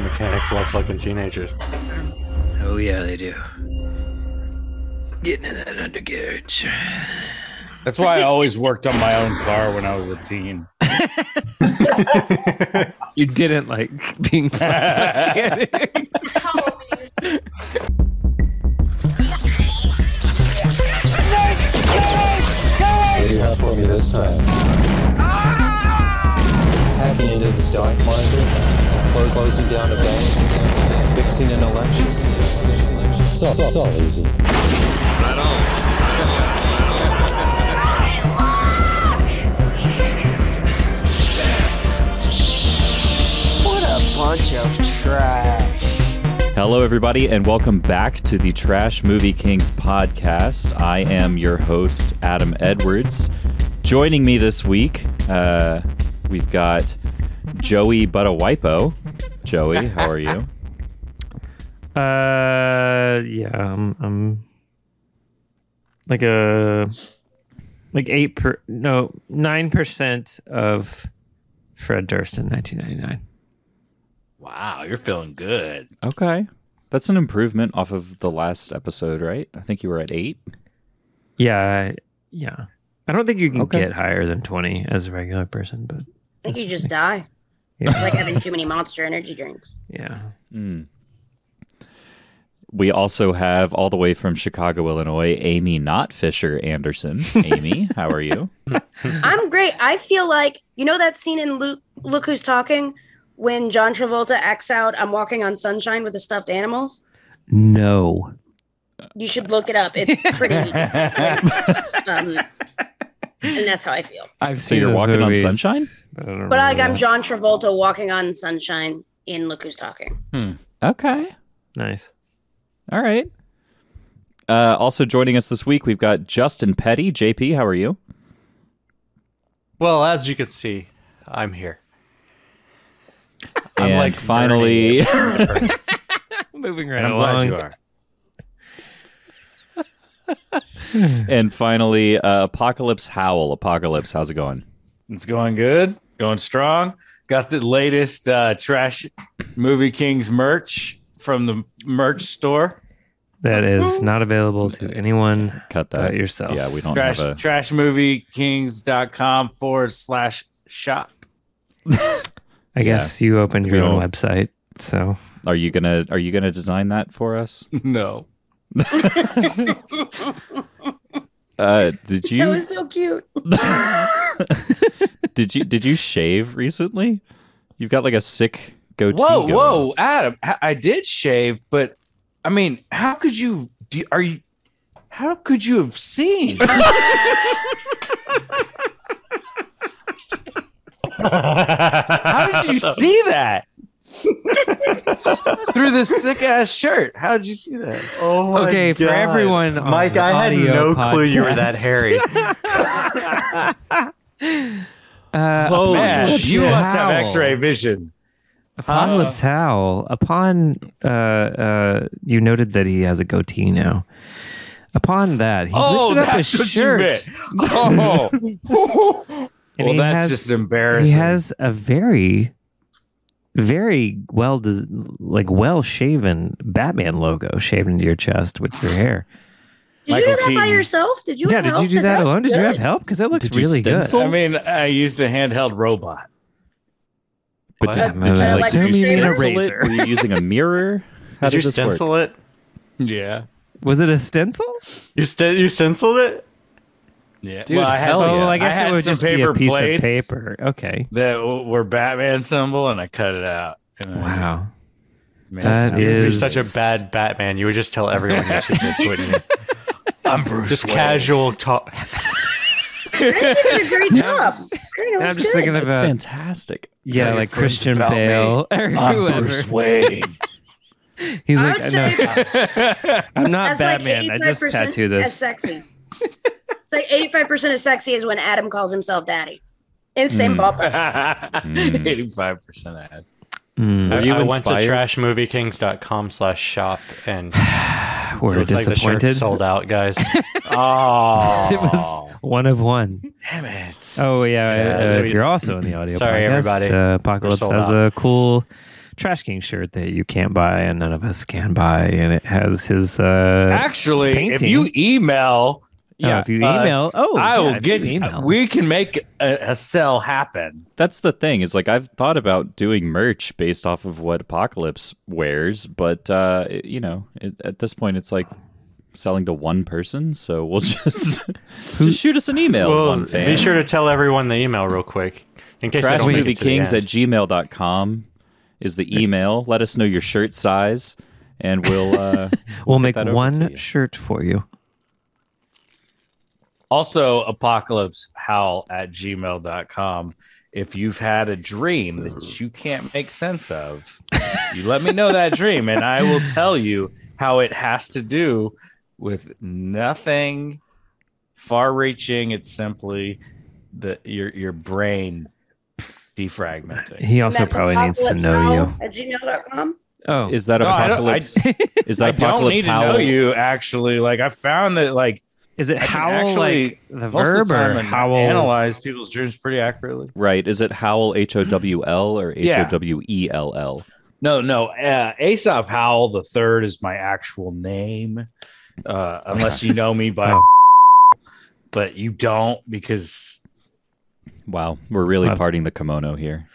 mechanics love fucking teenagers. Oh yeah, they do. Getting in that undercarriage. That's why I always worked on my own car when I was a teen. You didn't like being fucked by mechanics. What do you have for me this time? Hacking into the stock market, close- closing down a bank, fixing an election. It's all, it's all easy. What a bunch of trash. Hello, everybody, and welcome back to the Trash Movie Kings podcast. I am your host, Adam Edwards. Joining me this week, uh, we've got Joey Buttawipo. Joey, how are you? Uh, yeah, I'm, I'm like a like eight per no nine percent of Fred Durst in 1999. Wow, you're feeling good. okay. That's an improvement off of the last episode, right? I think you were at eight. Yeah, I- yeah. I don't think you can Okay. get higher than 20 as a regular person, but I think you just die. Yeah. It's like having too many monster energy drinks. yeah. Mm. We also have, all the way from Chicago, Illinois, Amy Not Fisher Anderson. Amy, how are you? I'm great. I feel like you know that scene in Luke Look Who's Talking when John Travolta acts out I'm walking on sunshine with the stuffed animals. No. You should look it up. It's pretty um, and that's how I feel. I've So you're those walking on sunshine? but I don't But like remember I'm that. John Travolta walking on sunshine in Look Who's Talking. okay. nice. All right. Uh, also joining us this week, we've got Justin Petty. JP, how are you? Well, as you can see, I'm here. and finally, Moving right And I'm glad along. you are. and finally, uh, Apocalypse Howl. Apocalypse, how's it going? It's going good, going strong. Got the latest uh, trash movie Kings merch from the merch store. That is not available to anyone. Cut Uh, that yourself. Yeah, we don't Trash have a. trashmoviekings.com forward slash shop. I guess you opened your own website, so Are you gonna Are you gonna design that for us? No. Uh, did That you was so cute. did you did you shave recently? You've got like a sick goatee. Whoa, going. whoa, Adam! h- I did shave, but I mean, how could you? Do, are you? How could you have seen? How did you see that? Through this sick ass shirt. How did you see that? Oh my Okay, for God. everyone on Mike, the I had audio no clue you were that podcast. hairy. Uh, Oh man, Apocalypse you must have Howl. X-ray vision. Apocalypse Howl. Upon uh, uh, you noted that he has a goatee now. Upon that, he Oh, lifted up his that's what you shirt. meant. Oh, And well, he that's has- just He embarrassing. has a very, very well, des- like well shaven Batman logo shaved into your chest with your hair. Did Michael you do that by Keaton. yourself? Did you yeah, have did help? you do 'Cause that that's alone? Did you have good. help? Because that looks Did you really good. stencil? I mean, I used a handheld robot. But What? did, did you Uh, like like did you a stencil razor. it? Were you using a mirror? How Did you this work? stencil it? Yeah. Was it a stencil? You st- you stenciled it? Yeah. Dude, hell oh, yeah. I guess had it would some just paper be a piece plates of paper. Okay. that w- were Batman symbol, and I cut it out. And I Wow. just made That something. You're is such a bad Batman. You would just tell everyone your secrets, wouldn't you? I'm Bruce. Just casual talk. You did a great job. I think it I'm looks just good. thinking That's about fantastic. yeah, like Christian Bale or I'm whoever. Bruce Wayne. He's I like, would no, say I'm not That's Batman. like I just 85% tattoo As this. sexy. it's like eighty-five percent of sexy is when Adam calls himself daddy. In the same Hmm. Mm. ballpark. Mm. Eighty-five percent ass. Mm, I, you I went to inspired? trashmoviekings.com slash shop and we're looks like the shirt's disappointed. sold out, guys. Oh, It was one of one. damn it! Oh yeah. Yeah, uh, there if you- you're also in the audio, Sorry, podcast, everybody. Uh, Apocalypse sold has out. a cool Trash King shirt that you can't buy and none of us can buy, and it has his. uh Actually, if painting. you email, Yeah, if you us, email. Oh, I yeah, will if you get email. We can make a, a sell happen. That's the thing is like I've thought about doing merch based off of what Apocalypse wears, but uh, it- you know, it, at this point it's like selling to one person, so we'll just just shoot us an email. Well, um, one fan. be sure to tell everyone the email real quick in case they Trash don't make movie it to the kings at end. gmail.com is the email. Let us know your shirt size and we'll uh, we'll make that over to one you. shirt for you. Also, apocalypsehowl at gmail.com. If you've had a dream that you can't make sense of, you let me know that dream and I will tell you how it has to do with nothing far reaching. It's simply the your your brain defragmenting. He also That's probably needs to know you. apocalypsehow At gmail.com. Oh, is that No, I don't- I- apocalypse is that I don't apocalypse need to howl? know you actually. Like I found that like is it I can howl actually- like the most of verb the time or I howl? analyze people's dreams pretty accurately. Right. Is it howl H O W L or H Yeah. O W E L L? No, no. Uh, Aesop Howell the third is my actual name, uh, unless you know me by. Oh. but you don't because Wow. We're really Wow. parting the kimono here.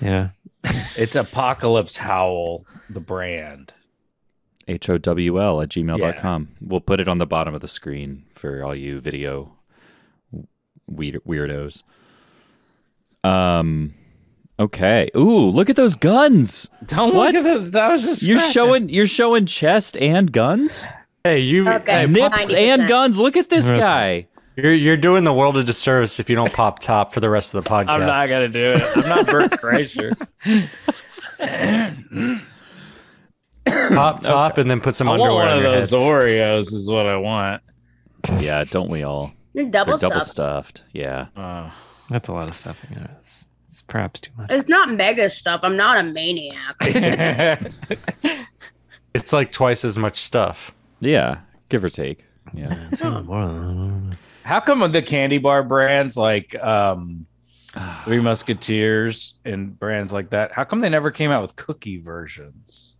Yeah, it's Apocalypse Howl, the brand. H O W L at gmail.com. We'll put it on the bottom of the screen for all you video weird- weirdos. Um okay. Ooh, look at those guns. Don't What? look at this. That was just You're smashing. showing you're showing chest and guns? Hey, you, Okay. Nips 90%. and guns. Look at this Okay. guy. you're, you're doing the world a disservice if you don't pop top for the rest of the podcast. I'm not gonna do it. I'm not Bert Kreischer. pop top and then put some I want underwear one on of your those head. Oreos. Is what I want. Yeah, don't we all? You're They're double double stuff. stuffed. Yeah. Uh, that's a lot of stuff. Yeah, It's, it's perhaps too much. It's not mega stuff. I'm not a maniac. It's like twice as much stuff. Yeah. Give or take. Yeah. It's even more than- How come the candy bar brands like um Three Musketeers and brands like that, how come they never came out with cookie versions?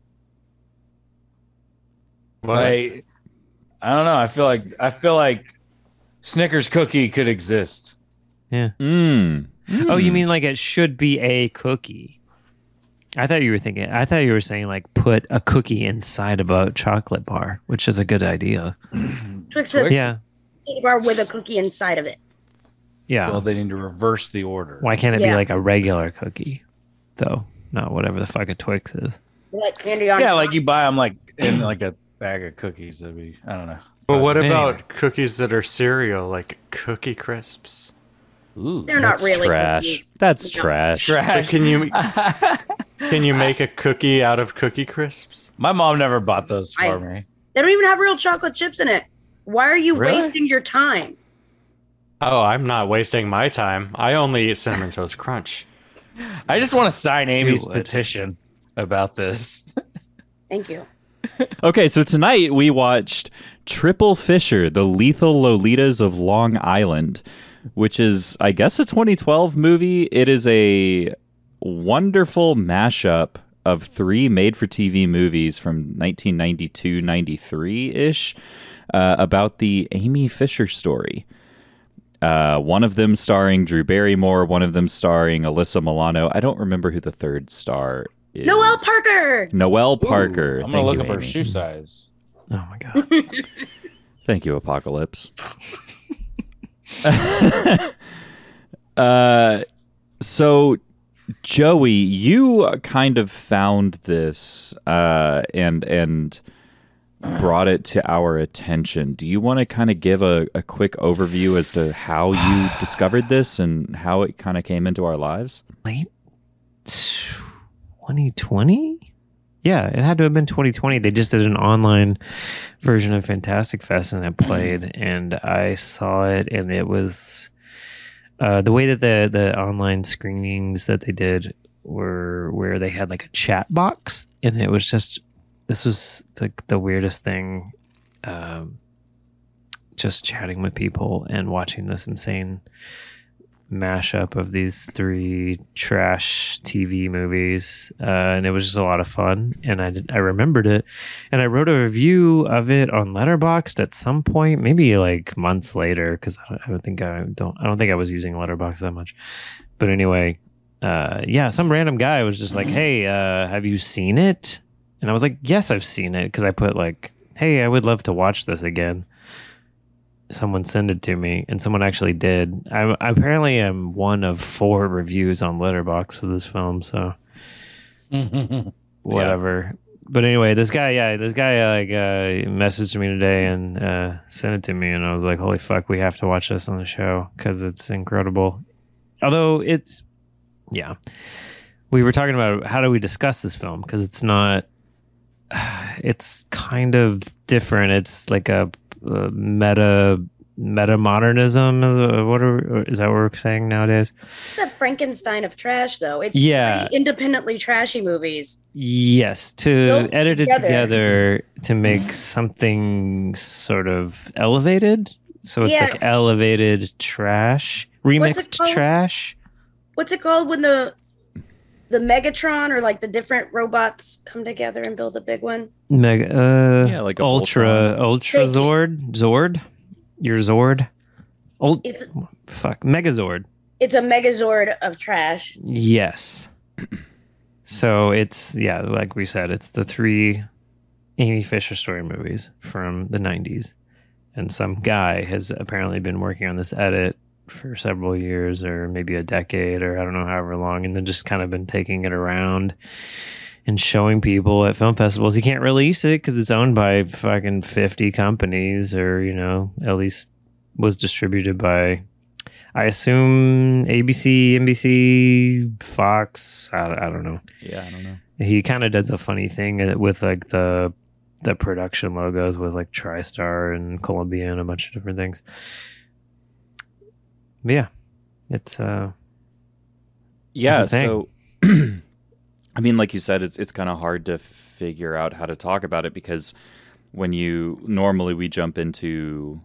Like I don't know. I feel like I feel like Snickers cookie could exist. Mm. Oh, you Hmm. Mm. mean like it should be a cookie? I thought you were thinking. I thought you were saying like put a cookie inside of a chocolate bar, which is a good idea. Twix a Yeah, candy bar with a cookie inside of it. yeah. Well, they need to reverse the order. Why can't it be Yeah. like a regular cookie, though? Not whatever the fuck a Twix is. Like candy on Yeah, like you buy them like in like a bag of cookies. That'd be I don't know. But what Anyway. about cookies that are cereal, like cookie crisps? They're not really trash. cookies. That's No. trash. But Trash. can you can you make a cookie out of cookie crisps? My mom never bought those for I- me. They don't even have real chocolate chips in it. Why are you Really? wasting your time? Oh, I'm not wasting my time. I only eat cinnamon toast crunch. I just want to sign Amy's would. petition about this. Thank you. Okay, so tonight we watched Triple Fisher, The Lethal Lolitas of Long Island, which is, I guess, a 2012 movie. It is a wonderful mashup of three made for TV movies from 1992 93 ish uh, about the Amy Fisher story. Uh, one of them starring Drew Barrymore, one of them starring Alyssa Milano. I don't remember who the third star is. Noel Parker. Noel Parker. I'm gonna Thank look you, up her Amy. shoe size. Oh my god. Thank you, Apocalypse. uh, so, Joey, you kind of found this uh, and and brought it to our attention. Do you want to kind of give a, a quick overview as to how you discovered this and how it kind of came into our lives? late 2020 yeah it had to have been 2020 they just did an online version of fantastic fest and it played and i saw it and it was uh, the way that the the online screenings that they did were where they had like a chat box and it was just this was like the weirdest thing um, just chatting with people and watching this insane mashup of these three trash TV movies, uh, and it was just a lot of fun. And I did- I remembered it, and I wrote a review of it on Letterboxd at some point, maybe like months later, because I, don't- I don't think I don't I don't think I was using Letterboxd that much. But anyway, uh, yeah, some random guy was just like, "Hey, uh, have you seen it?" And I was like, "Yes, I've seen it," because I put like, "Hey, I would love to watch this again." someone send it to me, and someone actually did. I I apparently am one of four reviews on Letterbox of this film, so whatever. But anyway, this guy, yeah, this guy like uh, messaged me today and uh, sent it to me, and I was like, "Holy fuck, we have to watch this on the show because it's incredible." Although it's, yeah, we were talking about how do we discuss this film because it's not, it's kind of different. It's like a uh, meta meta modernism is uh, what are is that what we're saying nowadays The Frankenstein of trash, though. It's Yeah. three independently trashy movies. yes to Built edit it together. together to make something sort of elevated so it's Yeah. like elevated trash What's it remixed called? trash What's it called when the the Megatron or like the different robots come together and build a big one? mega uh Yeah, like a ultra ultra Thank you. zord zord your zord Ult- It's fuck megazord it's a Megazord of trash. Yes. so it's yeah, like we said, it's the three Amy Fisher story movies from the '90s, and some guy has apparently been working on this edit for several years, or maybe a decade, or I don't know, however long, and then just kind of been taking it around and showing people at film festivals. He can't release it because it's owned by fucking fifty companies, or you know, at least was distributed by I assume ABC, NBC, Fox. I, I don't know. Yeah, I don't know. He kind of does a funny thing uh, with like the the production logos with like TriStar and Columbia and a bunch of different things. But yeah, it's uh Yeah, It's a so I mean, like you said, it's it's kind of hard to figure out how to talk about it because when you normally we jump into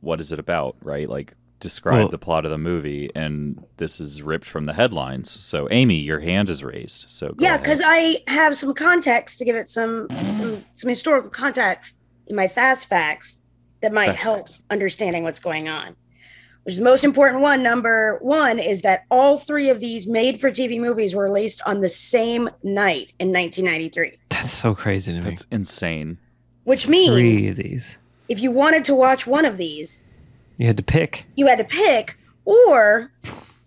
what is it about, right? Like describe Well- the plot of the movie, and this is ripped from the headlines. So, Amy, your hand is raised. So, go Yeah, ahead. because I have some context to give it some some, some historical context in my fast facts that might Fast help facts. understanding what's going on. Which is the most important one. Number one is that all three of these made-for-TV movies were released on the same night in 1993, that's so crazy to me. that's insane. which Three means of these if you wanted to watch one of these, you had to pick. you had to pick, or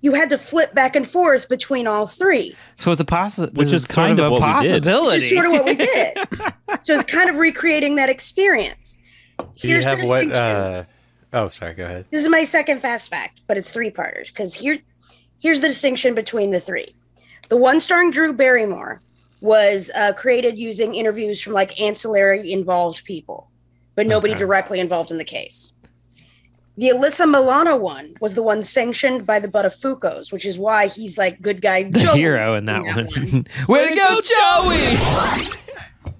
you had to flip back and forth between all three. So it's a possibility, Which is kind of a what we did. possibility. Which is sort of what we did. so it's kind of recreating that experience. Do you the have what? distinction. Uh, oh, sorry. Go ahead. this is my second fast fact, but it's three parters because here, here's the distinction between the three. The one starring Drew Barrymore was uh, created using interviews from like ancillary involved people, but nobody Okay. directly involved in the case. The Alyssa Milano one was the one sanctioned by the Buttafucos, which is why he's like good guy the Joey hero in that, one. Way to go, Joey!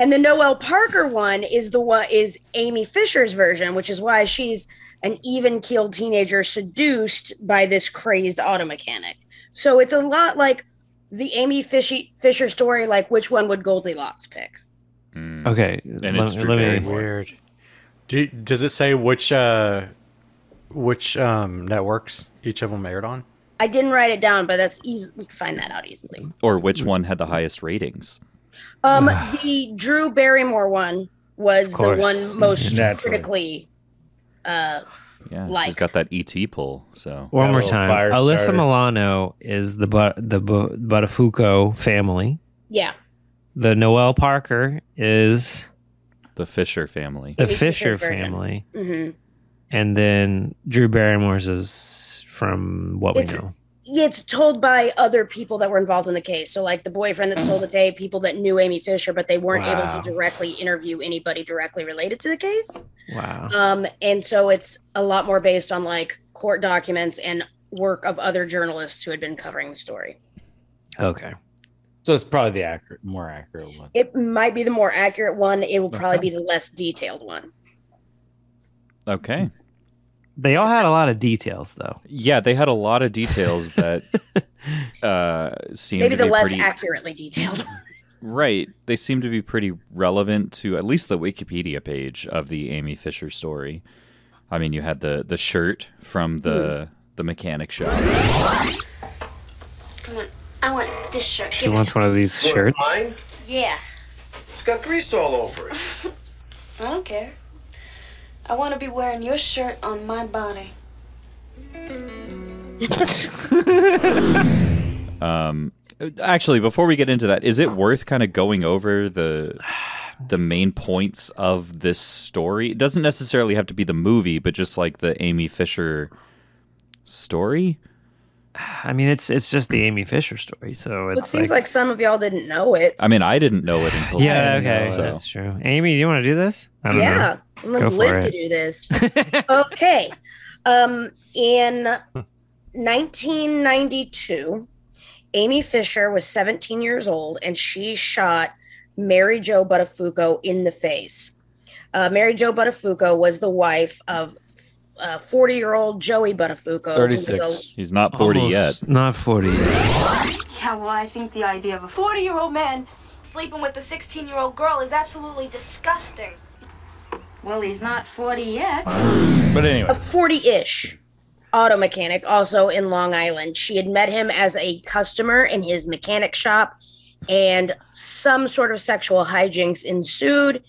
And the Noel Parker one is the one is Amy Fisher's version, which is why she's an even keeled teenager seduced by this crazed auto mechanic. So it's a lot like the Amy Fishy, Fisher story, like which one would Goldilocks pick? Mm. Okay, it's Drew Barrymore. Weird. Do, does it say which uh, which um, networks each of them aired on? I didn't write it down, but that's easy. We can find that out easily. Or which one had the highest ratings? Um, the Drew Barrymore one was the course. one most Naturally. critically. Uh, Yeah, she's Like- got that ET pull. So, One Got a more little time. fire Alyssa starter. Milano is the but the Bu- Buttafuoco family. yeah, The Noel Parker is the Fisher family. the Amy Fisher Fisher's version. family, hmm and then Drew Barrymore's is from what It's- we know. it's told by other people that were involved in the case. So, like the boyfriend that Mm. sold the tape, people that knew Amy Fisher, but they weren't Wow. able to directly interview anybody directly related to the case. Wow. Um, and so it's a lot more based on like court documents and work of other journalists who had been covering the story. Okay. So it's probably the accurate, more accurate one. It might be the more accurate one. It will probably be the less detailed one. Okay. They all had a lot of details, though. Yeah, they had a lot of details that uh, seemed Maybe to the be less pretty accurately detailed. right. They seem to be pretty relevant to at least the Wikipedia page of the Amy Fisher story. I mean, you had the the shirt from the the mechanic shop. Come on. I want this shirt. She wants one of these shirts. Yeah. It's got grease all over it. I don't care. I want to be wearing your shirt on my body. Um, actually, before we get into that, is it worth kind of going over the the main points of this story? It doesn't necessarily have to be the movie, but just like the Amy Fisher story. I mean, it's it's just the Amy Fisher story, so it it's seems like some of y'all didn't know it. I mean, I didn't know it until yeah, today, okay, so- that's true. Amy, do you want to do this? I don't know. yeah, I'm Go gonna for live it. to do this. okay, um, in 1992, Amy Fisher was 17 years old, and she shot Mary Jo Buttafuoco in the face. Uh, Mary Jo Buttafuoco was the wife of 40 year old Joey Buttafuoco. who was a- 36. He's not forty Almost- Not forty yet. Yeah, well, I think the idea of a 40 year old man sleeping with a 16 year old girl is absolutely disgusting. Well, he's not 40 yet. But a anyway, 40-ish auto mechanic also in long island she had met him as a customer in his mechanic shop and some sort of sexual hijinks ensued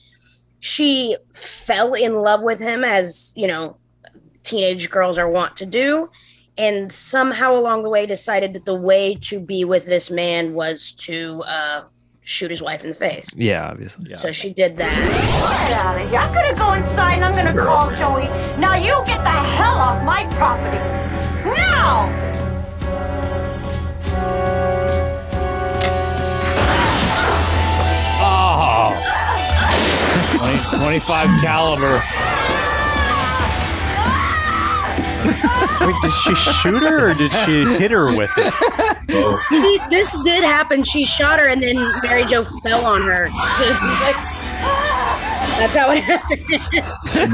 she fell in love with him as you know teenage girls are wont to do and somehow along the way decided that the way to be with this man was to uh, shoot his wife in the face Yeah, obviously. so she did that Get out of here. I'm gonna go inside and I'm gonna call Joey. Now you get the hell off my property. Now! oh, 20 25 caliber. Wait, did she shoot her or did she hit her with it? She- this did happen she shot her and then mary jo fell on her It's like- ah. that's how it happened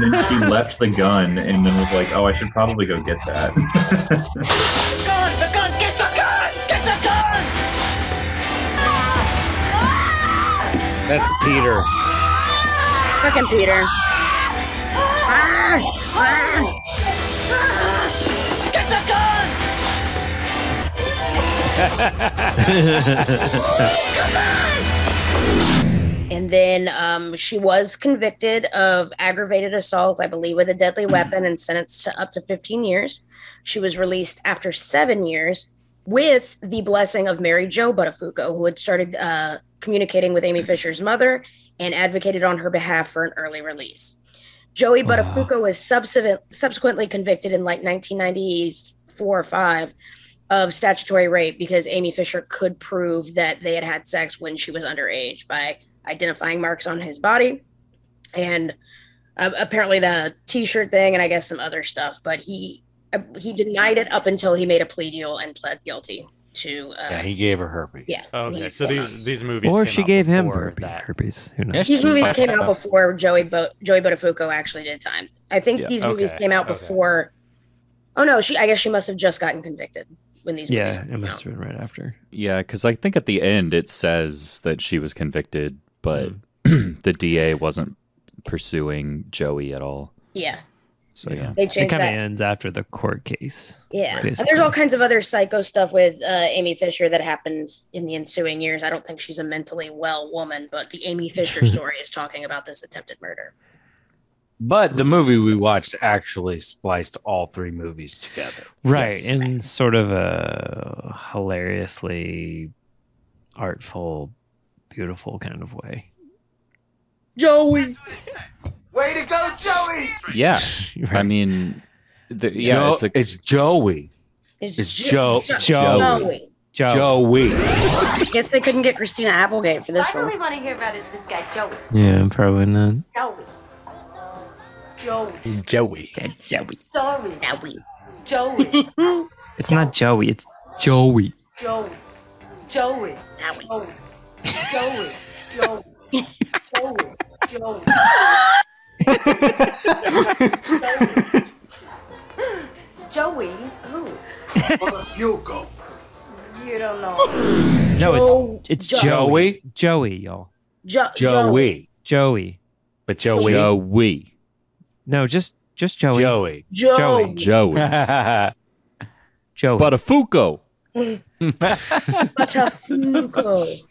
and then she left the gun and then was like, "Oh, I should probably go get that." That's Peter. fucking peter Ah, ah. Ah. and then um, she was convicted of aggravated assault i believe with a deadly weapon and sentenced to up to 15 years she was released after seven years with the blessing of mary jo buttafuoco who had started uh, communicating with amy fisher's mother and advocated on her behalf for an early release joey Wow. buttafuoco was subsequent, subsequently convicted in like 1994 or 5 of statutory rape because amy fisher could prove that they had had sex when she was underage by identifying marks on his body and uh, apparently the t-shirt thing and i guess some other stuff but he uh, he denied it up until he made a plea deal and pled guilty to uh, Yeah, he gave her herpes. yeah Oh, Okay, he's so done. these these movies. Or came she out gave him before herpes. that. herpes. Who knows? Yes, these movies came out Uh, before Joey Bo- Joey Buttafuoco actually did time. I think Yeah, these movies okay, came out okay. before. Oh no, she. I guess she must have just gotten convicted when these. Yeah, movies it came must out. have been right after. Yeah, because I think at the end it says that she was convicted, but the DA wasn't pursuing Joey at all. Yeah, So yeah, they It changed kind of that. ends after the court case. Yeah, and basically. there's all kinds of other psycho stuff with uh, Amy Fisher that happens in the ensuing years. I don't think she's a mentally well woman, but the Amy Fisher story is talking about this attempted murder. But the movie we watched actually spliced all three movies together. Right, Yes. in sort of a hilariously artful, beautiful kind of way. Joey, Way to go, Joey! yeah. Right. I mean, the, yeah, Jo- it's a Joey. It's Joe- Joey. Joey. Joe, Joey. Guess they couldn't get Christina Applegate for this I one. really want to hear about is this guy Joey. Yeah, probably not. Joey. Joey. Joey. Sorry. Joey. Joey. It's not Joey. It's Joey. Joey. Joey. Joey. Joey. Joey. Joey. Joey. Joey. Joey, who? Hugo. You don't know. No, it's it's Joey. Joey. Joey, y'all. Jo- Joey. Joey. But Joey. Joey. No, just just Joey. Joey. Joey. Joey. Joey. Joey. Buttafuoco. Batafuco.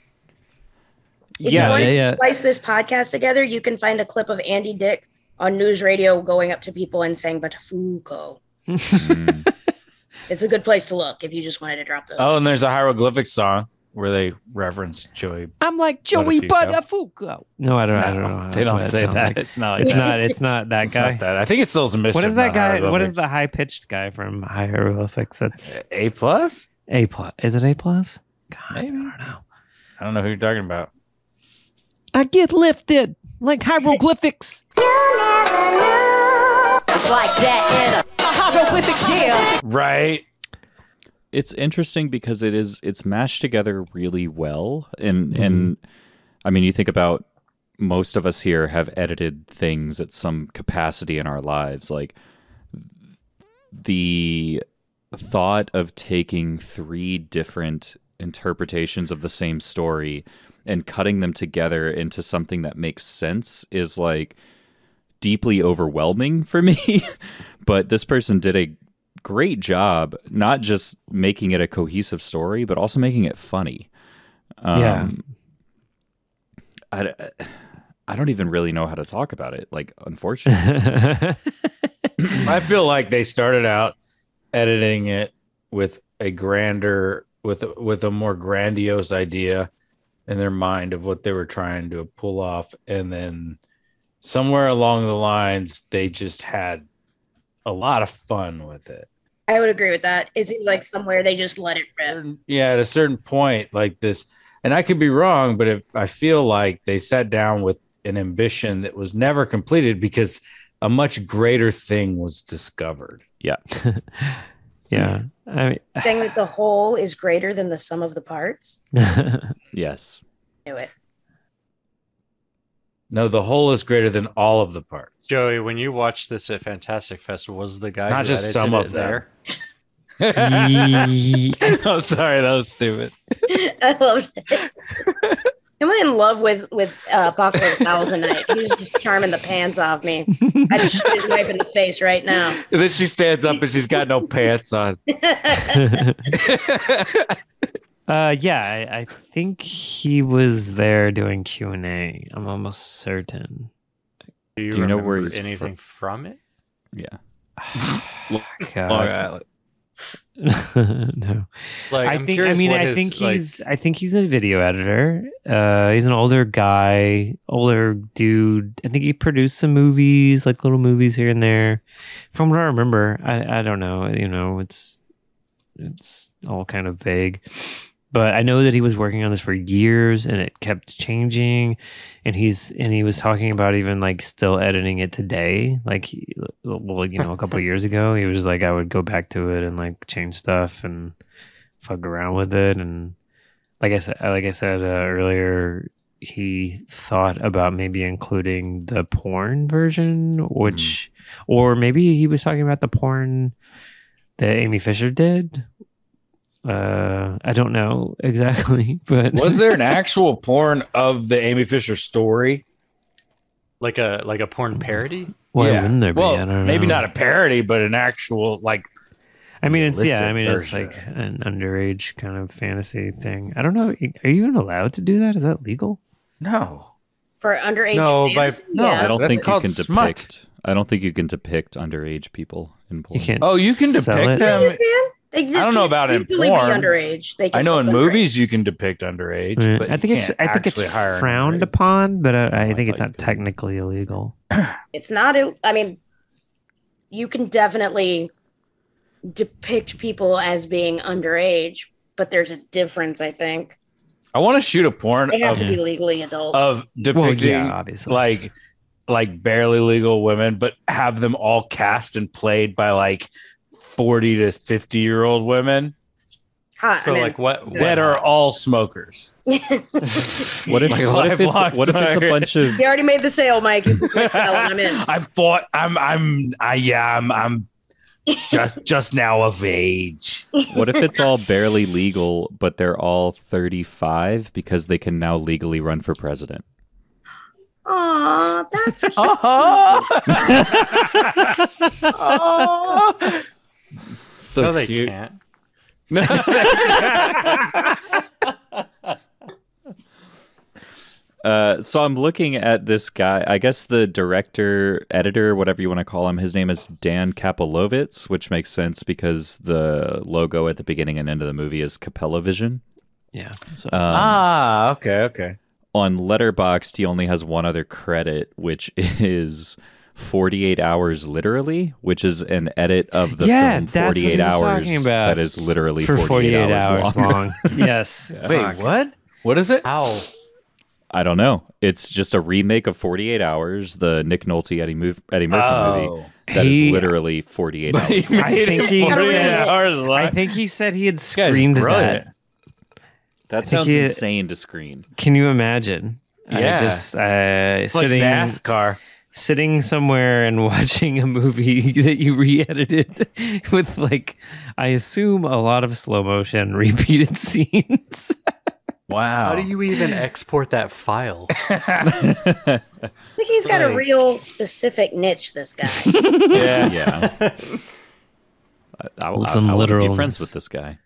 If Yeah, you want yeah, to yeah. splice this podcast together, you can find a clip of Andy Dick on news radio going up to people and saying Batafuco. it's a good place to look if you just wanted to drop those. Oh, and there's a hieroglyphic song where they reference Joey. I'm like Joey Buttafuoco. No, I don't. I don't No, know. how- They don't how say Oh, sounds that. like- It's not. Like It's that. not. It's not that It's guy. not that. I think it's still a mission. What is that guy? What is the hieroglyphics. high pitched guy from Hieroglyphics? That's A plus? A plus. Is it A plus? Maybe. I don't know. I don't know who you're talking about. I get lifted like hieroglyphics. It's like that in a hieroglyphic yeah. Right. It's interesting because it is it's mashed together really well and and I mean you think about most of us here have edited things at some capacity in our lives like the thought of taking three different interpretations of the same story and cutting them together into something that makes sense is like deeply overwhelming for me. but this person did a great job, not just making it a cohesive story, but also making it funny. Um, Yeah. I, I don't even really know how to talk about it. Like, unfortunately. I feel like they started out editing it with a grander with with a more grandiose idea in their mind of what they were trying to pull off and then somewhere along the lines they just had a lot of fun with it. I would agree with that. It seems like somewhere they just let it rip. yeah, at a certain point, like this, and I could be wrong, but if I feel like they sat down with an ambition that was never completed because a much greater thing was discovered. yeah. yeah. I mean, Saying that the whole is greater than the sum of the parts. Yes. Knew it. No, the whole is greater than all of the parts. Joey, when you watched this at Fantastic Fest, was the guy Not who just edited some of it them. there? I'm Oh, sorry, that was stupid. I loved it. I'm really in love with with uh, Apocalypse Owl tonight. He's just charming the pants off me. I just shoot his wife in the face right now. And then she stands up and she's got no pants on. uh, yeah, I, I think he was there doing Q and A. I'm almost certain. Do you, Do you know where remember he's fr- anything from it? Yeah. Long God. Island. no. Like, I I'm think. I curious mean, what I his, think like- he's. I think he's a video editor. Uh, he's an older guy, older dude. I think he produced some movies, like little movies here and there. From what I remember, I, I don't know. You know, it's it's all kind of vague. But I know that he was working on this for years, and it kept changing. And he's and he was talking about even like still editing it today. Like, he, well, you know, a couple of years ago, he was like, I would go back to it and like change stuff and fuck around with it and like i said like i said uh, earlier he thought about maybe including the porn version which Mm. or maybe he was talking about the porn that amy fisher did uh i don't know exactly but Was there an actual porn of the Amy Fisher story? like a like a porn parody? why wouldn't there be Well, i don't maybe know. not a parody, but an actual like i mean it's yeah i illicit mean it's version. like an underage kind of fantasy thing i don't know are you even allowed to do that is that legal no. For underage. No, by- fantasy? yeah. I don't That's think you called can smut. depict. I don't think you can depict underage people in porn. you can't Oh, you can sell depict it. Uh, them. You can. They just don't know can't about in legally porn. Be underage. They can I know in look underage. movies you can depict underage, Yeah, but I think it's I think it's frowned upon, but uh, I, I Oh, think it's thought you not technically illegal. It's not. a- I mean, you can definitely depict people as being underage, but there's a difference. I think I want to shoot a porn they have of, to be legally adults. of Well, depicting yeah, obviously. like like barely legal women, but have them all cast and played by like forty to fifty year old women. Hot. So, I'm in. like, what- that are all smokers. What if, what if it's- what if it's a bunch of- You already made the sale, Mike. You quit selling. I'm in. I thought I'm I'm I yeah I'm I'm just just now of age. What if it's all barely legal, but they're all 35 because they can now legally run for president? Aw, that's cute. Oh, Aw. So no, they cute. can't. Uh, so I'm looking at this guy. I guess the director, editor, whatever you want to call him, his name is Dan Kapelovitz, which makes sense because the logo at the beginning and end of the movie is Capella Vision. Yeah. um, So, ah, okay, okay. On Letterboxd, he only has one other credit, which is 48 Hours Literally, which is an edit of the Yeah, film that's what 48 he was Hours talking about. that is literally For 48, 48 hours, hours long. yes. Wait, what? What is it? How? I don't know. It's just a remake of 48 Hours, the Nick Nolte Eddie, Mur- Eddie Murphy Oh. movie. That is He- literally 48 hours. I think he said, hours long. I think he said he had screamed brilliant. that. That think sounds he- insane to screen. Can you imagine? Yeah. I just uh, It's like sitting NASCAR. sitting somewhere and watching a movie that you re-edited with like I assume a lot of slow motion repeated scenes. Wow. How do you even export that file? I think he's got a Right. real specific niche, this guy. yeah. Yeah. I, I, With I, some I wanna be literalness. friends with this guy.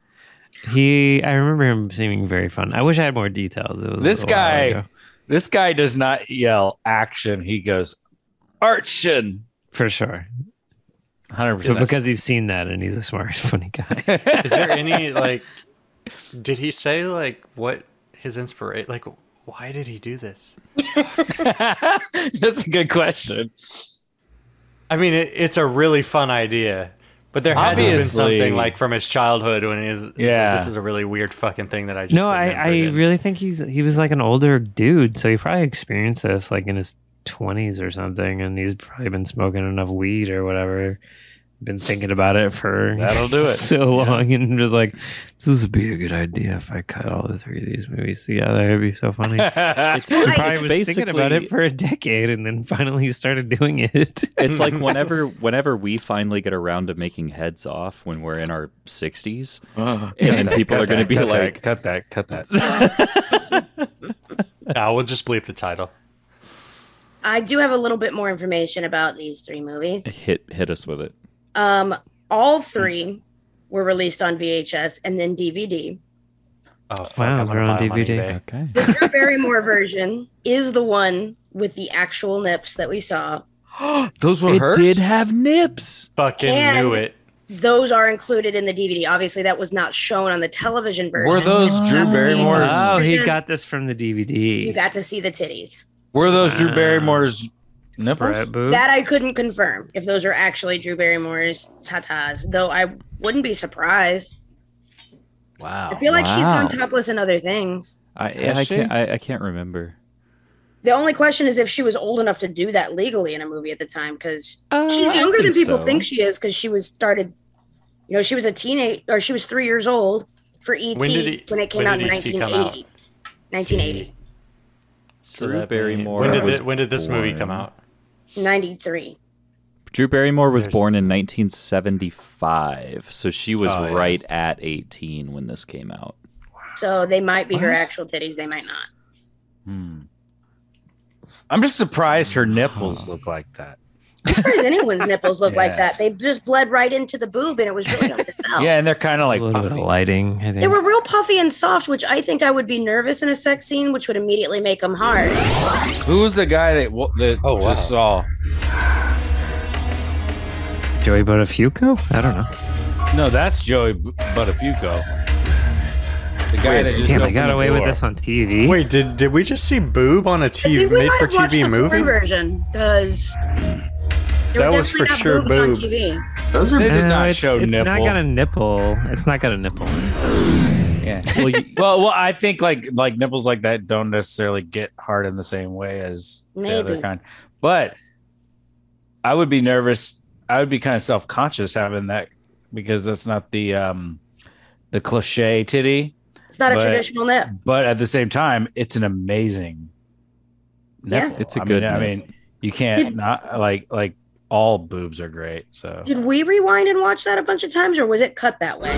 He I remember him seeming very fun. I wish I had more details. It was This a while guy- ago. This guy does not yell action. He goes artion. for sure. Hundred But percent. because he's seen that and he's a smart, funny guy. Is there any like? Did he say like what his inspiration? Like, why did he do this? That's a good question. I mean, it, it's a really fun idea, but there had to have been Obviously. something like from his childhood when he was. Yeah. this is a really weird fucking thing that I just. No, I, I remembered." really think he's he was like an older dude, so he probably experienced this like in his twenties or something, and he's probably been smoking enough weed or whatever, been thinking about it for That'll do it. so long, and just like this would be a good idea if I cut all the three of these movies together. It'd be so funny. It's, He probably was basically thinking about it for a decade, and then finally started doing it. it's like whenever whenever we finally get around to making heads off when we're in our 60s Uh, and then people are going to be like cut that, cut that. Ah, we'll just bleep the title. I do have a little bit more information about these three movies. hit hit us with it Um, all three were released on VHS and then DVD. Oh, fuck, Wow, I'm they're gonna on buy them DVD. eBay. okay The Drew Barrymore version is the one with the actual nips that we saw. Those were hers. have nips Fucking And- knew it. Those are included in the DVD. Obviously, that was not shown on the television version. Were those Drew Barrymore's? Oh, he Yeah. got this from the DVD. You got to see the titties. Were those Drew Wow. Barrymore's nipples? Brett Booth? That I couldn't confirm if those are actually Drew Barrymore's tatas, though I wouldn't be surprised. Wow. I feel like she's wow. gone topless in other things. i Has I she? can't, I, I can't remember The only question is if she was old enough to do that legally in a movie at the time, because Uh, she's I younger than think people so. think she is, because she was started, you know, she was a teenage or she was three years old for When ET when, did it- it came when out in did ET come 1980. 1980, So Drew that means- Barrymore When did, was thi- when did this movie born. come out? 93. drew barrymore was There's- born in 1975 so she was Oh, yeah. right at 18 when this came out So they might be her What? actual titties. They might not. Hmm. I'm just surprised her nipples look like that. Why does anyone's nipples look Yeah. like that? They just bled right into the boob, and it was really hard to tell. Yeah, and they're kind of like a little bit puffy. of lighting. I think They were real puffy and soft, which I think I would be nervous in a sex scene, which would immediately make them hard. Who was the guy that wa- that Oh, wow. just saw? Joey Buttafuoco. I don't know. No, that's Joey B- Buttafuoco. The guy that just Damn, they opened got the away with door. this on TV. Wait, did did we just see boob on a I TV think we made might for have watched the TV porn movie? version because That was for sure boob. On TV. Those are They did No, not it's, show it's nipple. not got a nipple. It's not got a nipple. Yeah. Well, you- well, well, I think like like nipples like that don't necessarily get hard in the same way as the other Maybe. kind. But I would be nervous. I would be kind of self conscious having that because that's not the um the cliche titty. It's not a but- traditional nip. But at the same time, it's an amazing. Yeah. nipple. It's a I good Mean, I nip. mean, you can't not like like all boobs are great. So Did we rewind and watch that a bunch of times, or was it cut that way?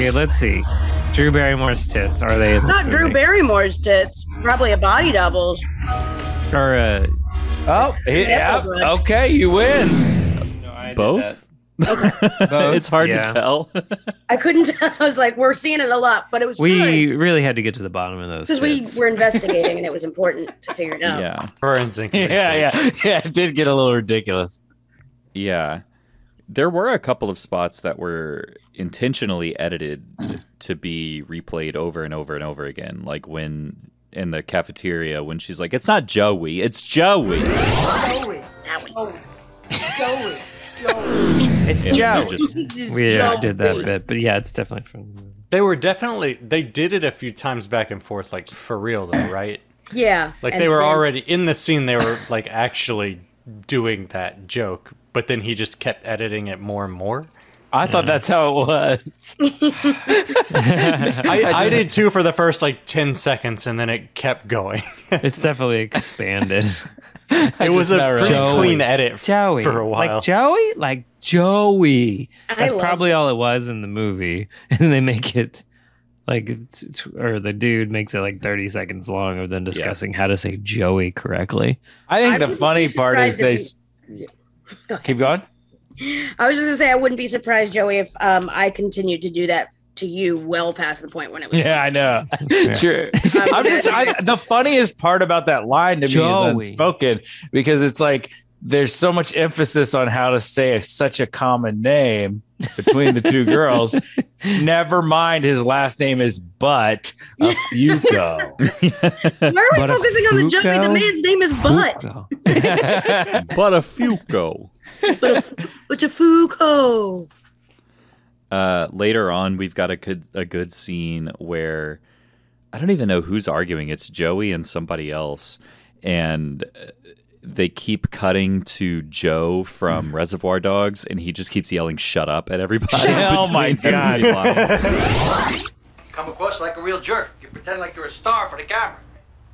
Yeah, let's see. Drew Barrymore's tits are they? In this Not Drew movie? Barrymore's tits. Probably a body doubles. Or uh, oh yeah, okay, you win. Both? Both, it's hard yeah. to tell. I couldn't. tell. I was like, we're seeing it a lot, but it was we really had to get to the bottom of those. because we tits. were investigating, and it was important to figure it out. Yeah. Forensic. Yeah, yeah, yeah. It did get a little ridiculous. Yeah. There were a couple of spots that were intentionally edited to be replayed over and over and over again. Like when in the cafeteria, when she's like, it's not Joey, it's Joey. Joey. Oh, Joey. Joey. It's And Joe. they just- we uh, Joey. did that bit, but yeah, it's definitely from. They were definitely they did it a few times back and forth, like for real though, right? Yeah. Like And they were then- already in the scene. They were like actually doing that joke, but then he just kept editing it more and more. I thought that's how it was. I, I did too for the first like ten seconds, and then it kept going. It's definitely expanded. it was a just not pretty really- clean edit Joey for a while. like Joey, like Joey. I That's love probably all it was in the movie, and they make it like, t- t- or the dude makes it like thirty seconds long of them discussing how to say Joey correctly. I I think the wouldn't funny be part is surprised they if s- keep going. I was just gonna say I wouldn't be surprised, Joey, if um I continued to do that to you well past the point when it was. Yeah, I know. True. I'm just I, the funniest part about that line to Joey. me is unspoken because it's like there's so much emphasis on how to say such a common name between the two girls. Never mind, his last name is But a Fuco. Why are we But a focusing on the Joey? The Fuco? man's name is Butt. So- but a few go. But a Fuco. Uh, later on, we've got a good, a good scene where I don't even know who's arguing. It's Joey and somebody else. And uh, they keep cutting to Joe from Reservoir Dogs, and he just keeps yelling, shut up at everybody. Oh my between God. every line. Come across like a real jerk. You pretend like you're a star for the camera.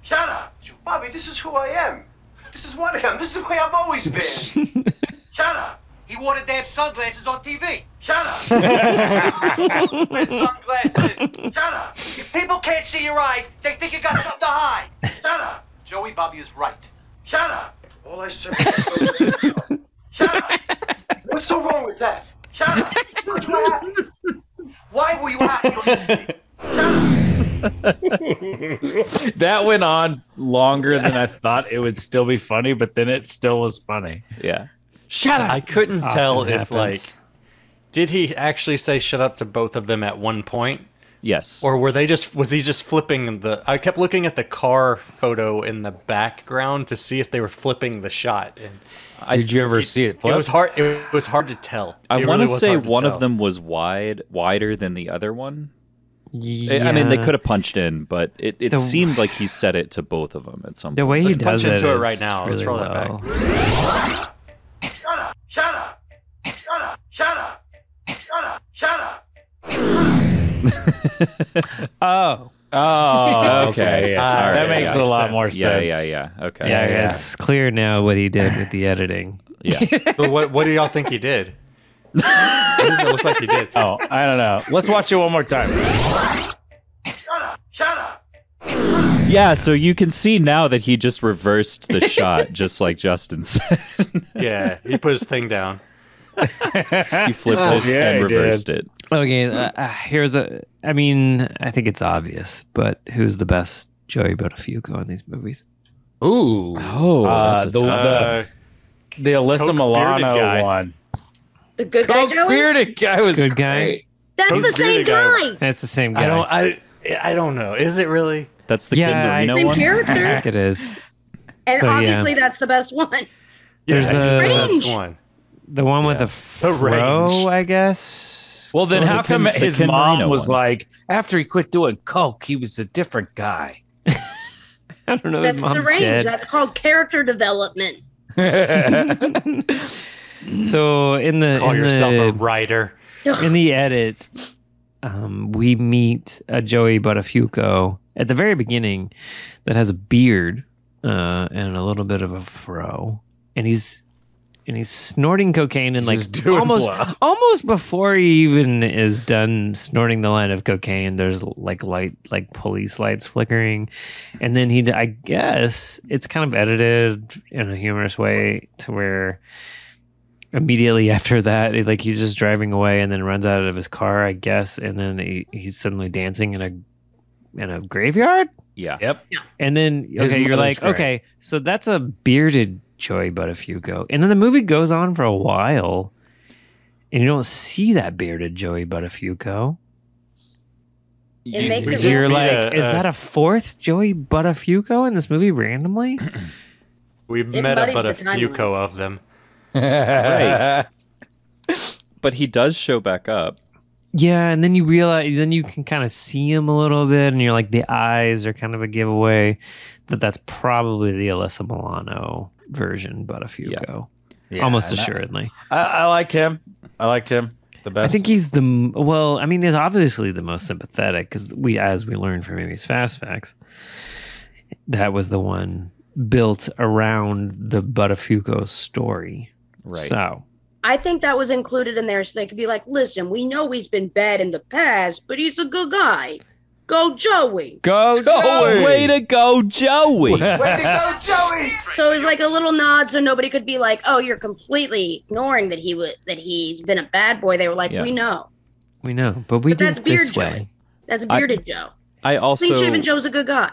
Shut up! Bobby, this is who I am. This is what I am. This is the way I've always been. Shut up! He wore the damn sunglasses on TV. Shut up! With sunglasses. Shut up! If people can't see your eyes, they think you got something to hide. Shut up! Joey Bobby is right. Shut up! All I said was Shut up! What's so wrong with that? Shut up! What's what happened? Why were you happy? that went on longer than I thought it would still be funny, but then it still was funny. yeah. Shut up! I couldn't tell Often if happens. like did he actually say shut up to both of them at one point, Yes. or were they just was he just flipping the? I kept looking at the car photo in the background to see if they were flipping the shot, and Did you ever see it? it was hard. It was hard to tell. I It want really to was say hard to one tell. of them was wide, wider than the other one. I- yeah. I mean, they could have punched in, but it, it The- seemed like he said it to both of them at some The point. way he Let's punch does it, into it is right now. Let's really roll that back. well. Shut up! Shut up! Shut up! Shut up! Shut up! Shut up! Oh, Oh, okay. Okay. yeah. Uh, yeah, that makes yeah, a lot makes more Yeah, sense. yeah, yeah. Okay. yeah, yeah. It's clear now what he did with the editing. yeah. But what what do y'all think he did? what does it look like he did? Oh, I don't know. Let's watch it one more time. Shut up! Shut up! Yeah, so you can see now that he just reversed the shot, just like Justin said. Yeah, he put his thing down. He flipped it Oh, yeah, and he did. reversed it. Okay, uh, uh, here's a. I mean, I think it's obvious, but who's the best Joey Buttafuoco in these movies? Ooh. Oh, Uh, that's a the, tough- Uh, the the Alyssa Coke-bearded Milano guy. one. The good guy, Joey. bearded guy was Good guy? great. That's Coke the same bearded guy. guy. That's the same guy. I don't I I don't know. Is it really? that's the Yeah, I- Kid Marino Same one. character. think it is. And So, yeah. obviously, that's the best one. There's yeah, the- he's the Range. best one. The one with the The fro, range. I guess. Well, then So how the Ken- come the his Ken mom Marino was one. like, after he quit doing coke, he was a different guy? I don't know. That's his the mom's range. dead. That's called character development. so in the Call in yourself a the, writer. in the edit, um, we meet a Joey Buttafuoco at the very beginning that has a beard uh, and a little bit of a fro, and he's and he's snorting cocaine and like doing almost blow. almost before he even is done snorting the line of cocaine there's like light like police lights flickering and then he i guess it's kind of edited in a humorous way to where immediately after that it, like he's just driving away and then runs out of his car i guess and then he, he's suddenly dancing in a in a graveyard Yeah. Yep. and then His okay, you're mother's like, grave. okay, so that's a bearded Joey Buttafuoco, and then the movie goes on for a while, and you don't see that bearded Joey Buttafuoco. It makes it You're look- like, Yeah, is uh, that a fourth Joey Buttafuoco in this movie randomly? We met muddies about a the timeline. Fuco of them. Right. but he does show back up. yeah, and then you realize, then you can kind of see him a little bit, and you're like, the eyes are kind of a giveaway that that's probably the Alyssa Milano version Buttafuoco, almost and I- assuredly. I, I liked him. I liked him the I best. think he's the m- well. I mean, he's obviously the most sympathetic because we, as we learned from Amy's fast facts, that was the one built around the Buttafuoco story. Right. So I think that was included in there so they could be like, listen, we know he's been bad in the past, but he's a good guy. Go Joey. go Joey. Way to go, Joey. Way to go, Joey! So it was like a little nod so nobody could be like, oh, you're completely ignoring that he would that he's been a bad boy. They were like, Yeah. we know. We know, but we But did that's it this Beard Joey. way. That's I- bearded Joe. I also Clean shaven Joe's a good guy.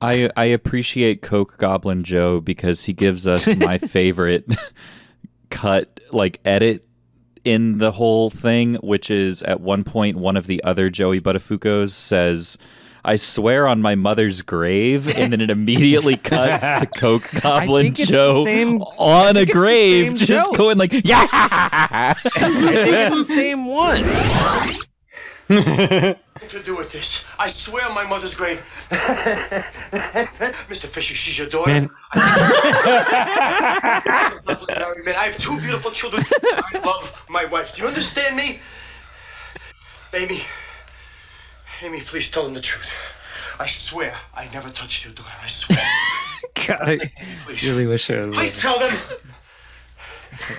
I I appreciate Coke Goblin Joe because he gives us my favorite cut like edit in the whole thing, which is at one point one of the other Joey Buttafuoco's says. I swear on my mother's grave, and then it immediately cuts to Coke Goblin think it's the Joe same- I on think a it's the grave, same just Joey. going like, yeah. It's the same one. to do with this. I swear on my mother's grave. Mr. Fisher, she's your daughter. Man. Man, I have two beautiful children. I love my wife. Do you understand me? Amy, Amy, please tell him the truth. I swear I never touched your daughter. I swear. God, I Please, really wish I was. please tell them.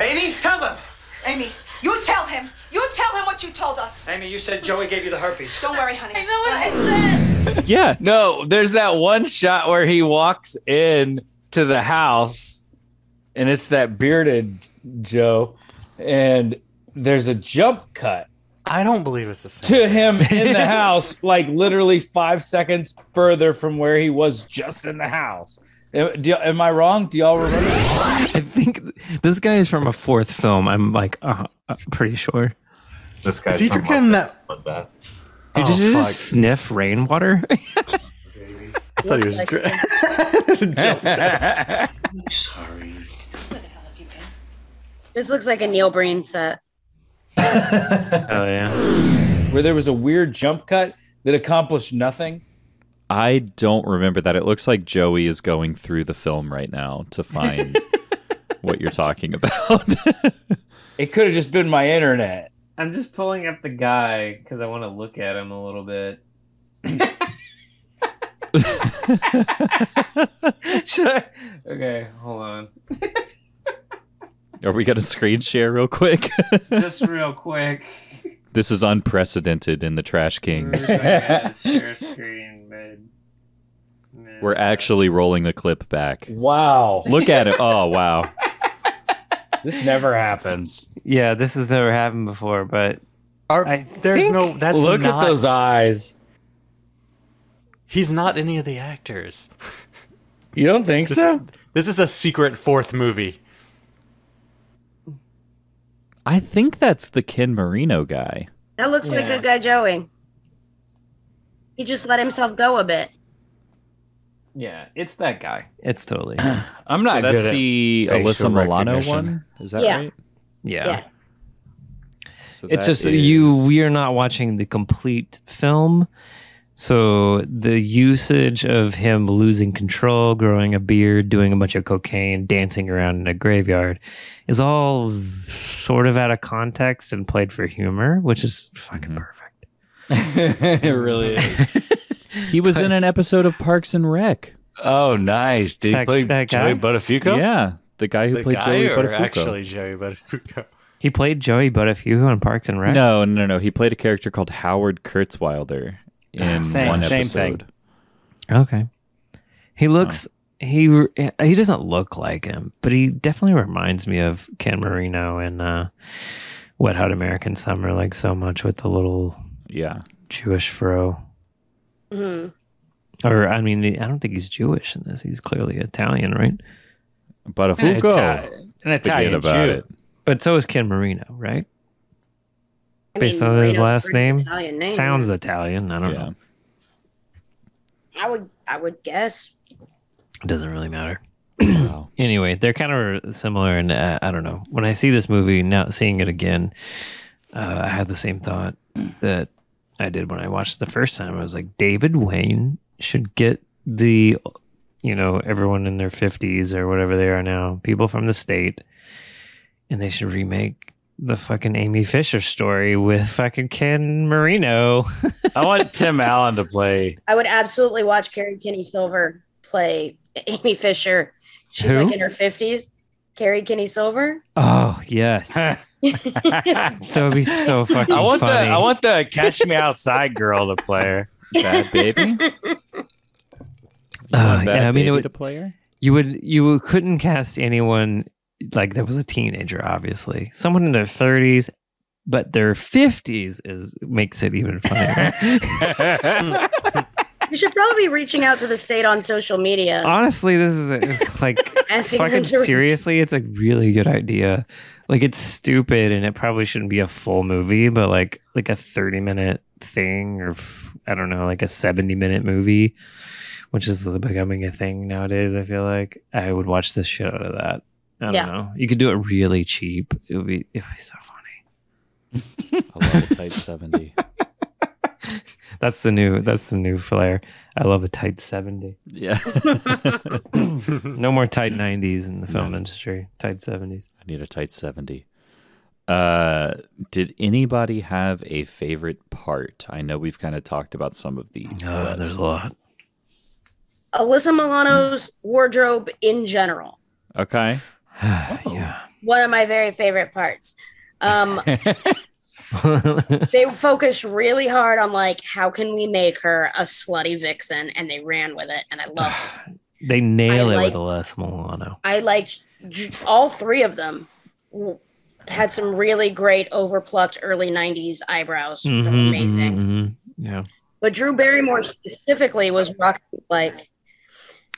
Amy, tell them. Amy, you tell him. You tell him what you told us. Amy, you said Joey gave you the herpes. Don't worry, honey. I know what I said. yeah. No, there's that one shot where he walks in to the house and it's that bearded Joe and there's a jump cut I don't believe it's the same. to him in the house like literally 5 seconds further from where he was just in the house. Am, do, y- am I wrong? Do y'all remember? I think th- this guy is from a fourth film. I'm like, uh, uh, pretty sure. This guy's Is he from drinking Las Vegas, that- but Dude, did Oh, you fuck. just sniff rainwater? I thought he was Like- drinking. Sorry. This looks like a Neil Breen set. oh yeah. Where there was a weird jump cut that accomplished nothing? I don't remember that. It looks like Joey is going through the film right now to find what you're talking about. It could have just been my internet. I'm just pulling up the guy because I want to look at him a little bit. Should I? Okay, hold on. Are we going to screen share real quick? Just real quick. this is unprecedented in the Trash Kings. We're gonna have to share screen, mid- mid- We're actually rolling the clip back. Wow. Look at it. Oh, wow. This never happens. Yeah, this has never happened before, but Are, I there's think- no. That's Look not, at those eyes. He's not any of the actors. You don't think This, so? this is a secret fourth movie. I think that's the Ken Marino guy. That looks like Yeah. good guy Joey. He just let himself go a bit. yeah, it's that guy. It's totally I'm not So that's good at- the facial Alyssa Milano recognition. one. Is that Yeah. right? yeah. Yeah. So It's that just you. is- We are not watching the complete film, so the usage of him losing control, growing a beard, doing a bunch of cocaine, dancing around in a graveyard, is all v- sort of out of context and played for humor, which is fucking Mhm. perfect. it really is. He was in an episode of Parks and Rec. Oh, nice. Did he That- play that Joey guy? Buttafuoco? Yeah, the guy who The played guy Joey or Buttafuoco. actually Joey Buttafuoco? He played Joey Buttafuoco on Parks and Rec. No, no, no. He played a character called Howard Kurtzweiler in Ah, Same- one same thing. episode. Okay. He looks he he doesn't look like him, but he definitely reminds me of Ken Marino and uh, Wet Hot American Summer like so much with the little Yeah. Jewish fro. hmm Or I mean, I don't think he's Jewish in this. He's clearly Italian, right? Buttafuoco. An Italian about Jew. it. But so is Ken Marino, right? I Based mean, on his Marino's a last pretty name, Italian name. sounds Italian. I don't Yeah. know. I would I would guess. It doesn't really matter. Wow. anyway, they're kind of similar, and uh, I don't know. When I see this movie now, seeing it again, uh, I had the same thought that I did when I watched it the first time. I was like, David Wayne should get the, you know, everyone in their fifties or whatever they are now, people from the state, and they should remake the fucking Amy Fisher story with fucking Ken Marino. I want Tim Allen to play. I would absolutely watch Carrie Kenny Silver play Amy Fisher. She's Who? like in her fifties. Carrie Kenny Silver. Oh yes, that I would be so fucking want the funny. I want the Catch Me Outside girl to play her. Bad baby. Uh, Bad yeah, I mean, baby it would, to player. you would you couldn't cast anyone like that was a teenager obviously someone in their 30s but their 50s is makes it even funnier You should probably be reaching out to the state on social media. honestly this is a, like Asking them fucking to re- seriously it's a really good idea like it's stupid and it probably shouldn't be a full movie but like like a 30 minute thing or f- i don't know like a 70 minute movie which is becoming a thing nowadays i feel like i would watch the shit out of that i don't Yeah. know you could do it really cheap it would be it would be so funny A level type 70. that's the new that's the new flair i love a tight 70 Yeah. no more tight 90s in the film No. industry tight 70s I need a tight 70. Uh, did anybody have a favorite part? I know we've kind of talked about some of these. but- Uh, there's a lot Alyssa Milano's wardrobe in general. Okay. Oh. yeah One of my very favorite parts. Um, they focused really hard on like how can we make her a slutty vixen, and they ran with it, and I loved it. They nail I it like- with Alyssa Milano. I liked j- all three of them. W- Had some really great overplucked early '90s eyebrows. They were Mm-hmm, Mm-hmm, amazing. Yeah. But Drew Barrymore specifically was rocking like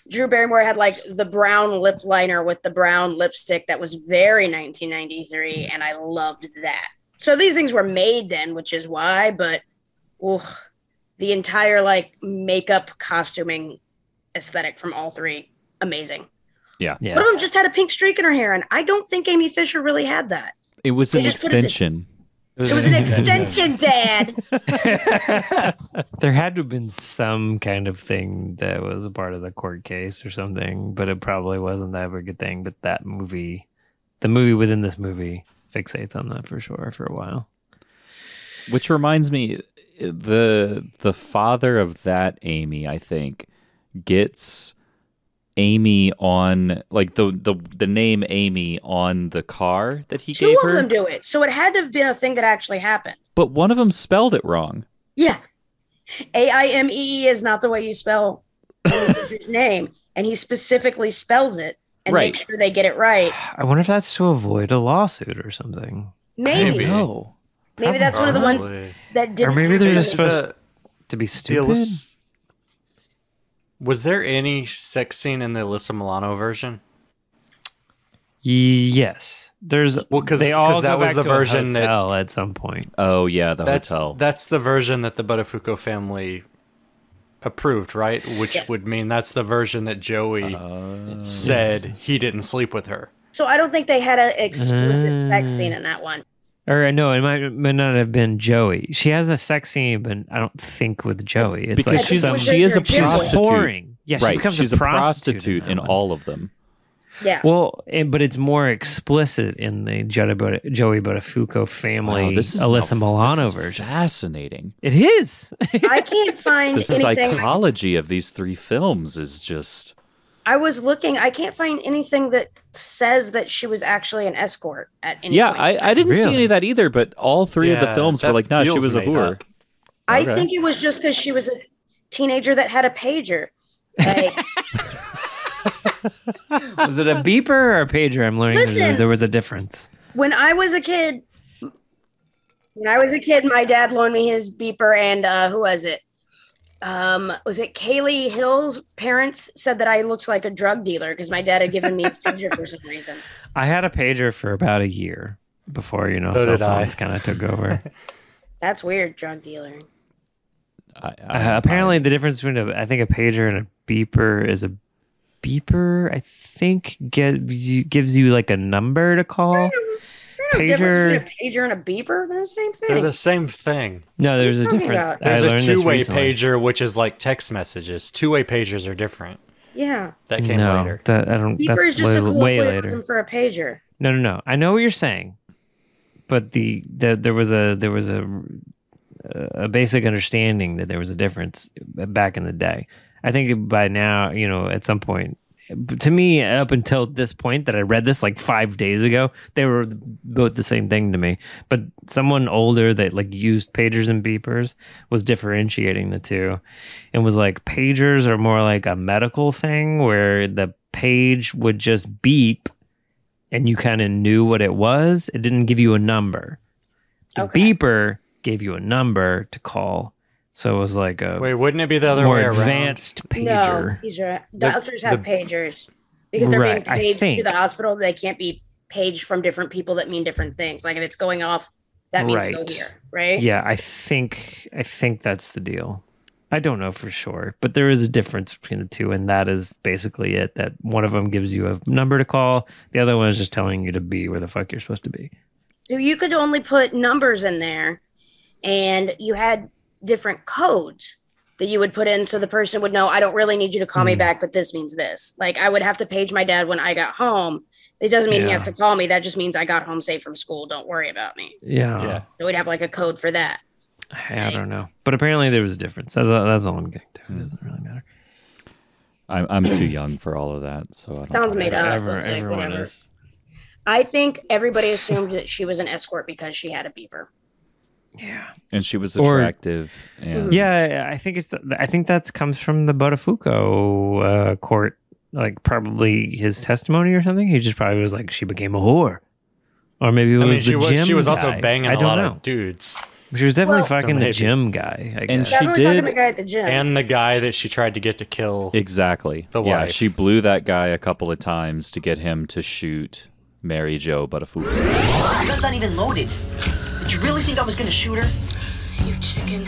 Drew Barrymore had like the brown lip liner with the brown lipstick that was very 1993, and I loved that. So these things were made then, which is why. But oof, the entire like makeup costuming aesthetic from all three, amazing. Yes. One of them just had a pink streak in her hair, and I don't think Amy Fisher really had that. It was They an just put it in- extension. It was an extension, Dad. there had to have been some kind of thing that was a part of the court case or something, but it probably wasn't that big a thing. But that movie, the movie within this movie, fixates on that for sure for a while. Which reminds me, the the father of that Amy, I think, gets Amy on like the the the name Amy on the car that he Two gave of her. them do it, so it had to have been a thing that actually happened. But one of them spelled it wrong. Yeah. A I M E E is not the way you spell his name. And he specifically spells it and Right. makes sure they get it right. I wonder if that's to avoid a lawsuit or something. Maybe. Maybe. Maybe, No. that's one of the ones Probably. that didn't. Or maybe they're happen. just supposed The- to be the stupid. Alyssa, was there any sex scene in the Alyssa Milano version? yes. There's Well, 'cause- they all 'cause that go was back the to version a that- hotel at some point. Oh yeah, the That's hotel. that's the version that the Buttafuoco family approved, right? Which Yes. would mean that's the version that Joey Uh, Oh. said he didn't sleep with her. So I don't think they had an explicit sex Ah. scene in that one. Or uh, no, it might, might not have been Joey. She has a sex scene, but I don't think with Joey. It's because like I think she's some was she is a She's a prostitute. whoring. Yeah, she right. becomes she's a prostitute, in, that one. all of them. Yeah. Well, and, but it's more explicit in the Jota Bota, Joey Buttafuoco family Wow, this is Alyssa a- Milano this is version. Fascinating. It is. I can't find The anything. psychology of these three films is just I was looking. I can't find anything that says that she was actually an escort at any yeah. point. I, I didn't see Really? any of that either. But all three of the Yeah, films were that like, no, she feels was a made whore. up. I Okay. think it was just because she was a teenager that had a pager. Like, was it a beeper or a pager? I'm learning that Listen. there was a difference. when I was a kid, when I was a kid, my dad loaned me his beeper, and uh, who was it? Um, was it Kaylee Hill's parents said that I looked like a drug dealer because my dad had given me a pager for some reason. I had a pager for about a year before you know So cell did I. phones kind of took over. That's weird, drug dealer. I, I, uh, apparently, the difference between a, I think a pager and a beeper is a beeper. I think get, you, gives you like a number to call. There's no Pager- difference between a pager and a beeper. They're the same They're thing. the same thing. No, there's a talking difference. about? I There's a learned this two-way recently. pager, which is like text messages. Two-way pagers are different. yeah. That came no, later. That, I don't. Beeper that's is just way, a way colloquialism later. for a pager. No, no, no. I know what you're saying, but the, the there was a there was a a basic understanding that there was a difference back in the day. I think by now, you know, at some point, to me, up until this point that I read this like five days ago, they were both the same thing to me. But someone older that like used pagers and beepers was differentiating the two and was like, pagers are more like a medical thing where the page would just beep and you kind of knew what it was. It didn't give you a number. The Okay. beeper gave you a number to call. So it was like a Wait, wouldn't it be the other more way around? advanced No, pager. these are The- doctors have the- pagers because they're Right, I being paged think. to the hospital. They can't be paged from different people that mean different things. Like if it's going off, that means go Right. here, right? Yeah, I think I think that's the deal. I don't know for sure, but there is a difference between the two, and that is basically it. That one of them gives you a number to call, the other one is just telling you to be where the fuck you're supposed to be. So you could only put numbers in there, and you had different codes that you would put in, so the person would know. I don't really need you to call me Hmm. back, but this means this. Like I would have to page my dad when I got home. It doesn't mean he has Yeah. to call me. That just means I got home safe from school. Don't worry about me. Yeah, Yeah. So we'd have like a code for that. I, I don't know, but apparently there was a difference. That's, all- that's all I'm getting to. It doesn't really matter. I'm, I'm too young for all of that. So I don't Sounds made up. Ever- but, like, everyone whatever. is. I think everybody assumed that she was an escort because she had a beeper. Yeah. And she was Or- attractive. and Yeah, I think it's. I think that comes from the Buttafuoco uh, court, like probably his testimony or something. He just probably was like, she became a whore, or maybe it I was mean, she the was, gym. she was also guy. banging I a don't lot know. of dudes. She was definitely Well- fucking the maybe. gym guy. I And guess. she Definitely fucking did- the guy at the gym. And the guy that she tried to get to kill. Exactly. The yeah, wife. she blew that guy a couple of times to get him to shoot Mary Joe Buttafuoco. That's not even loaded. Did you really think I was gonna shoot her? You chicken.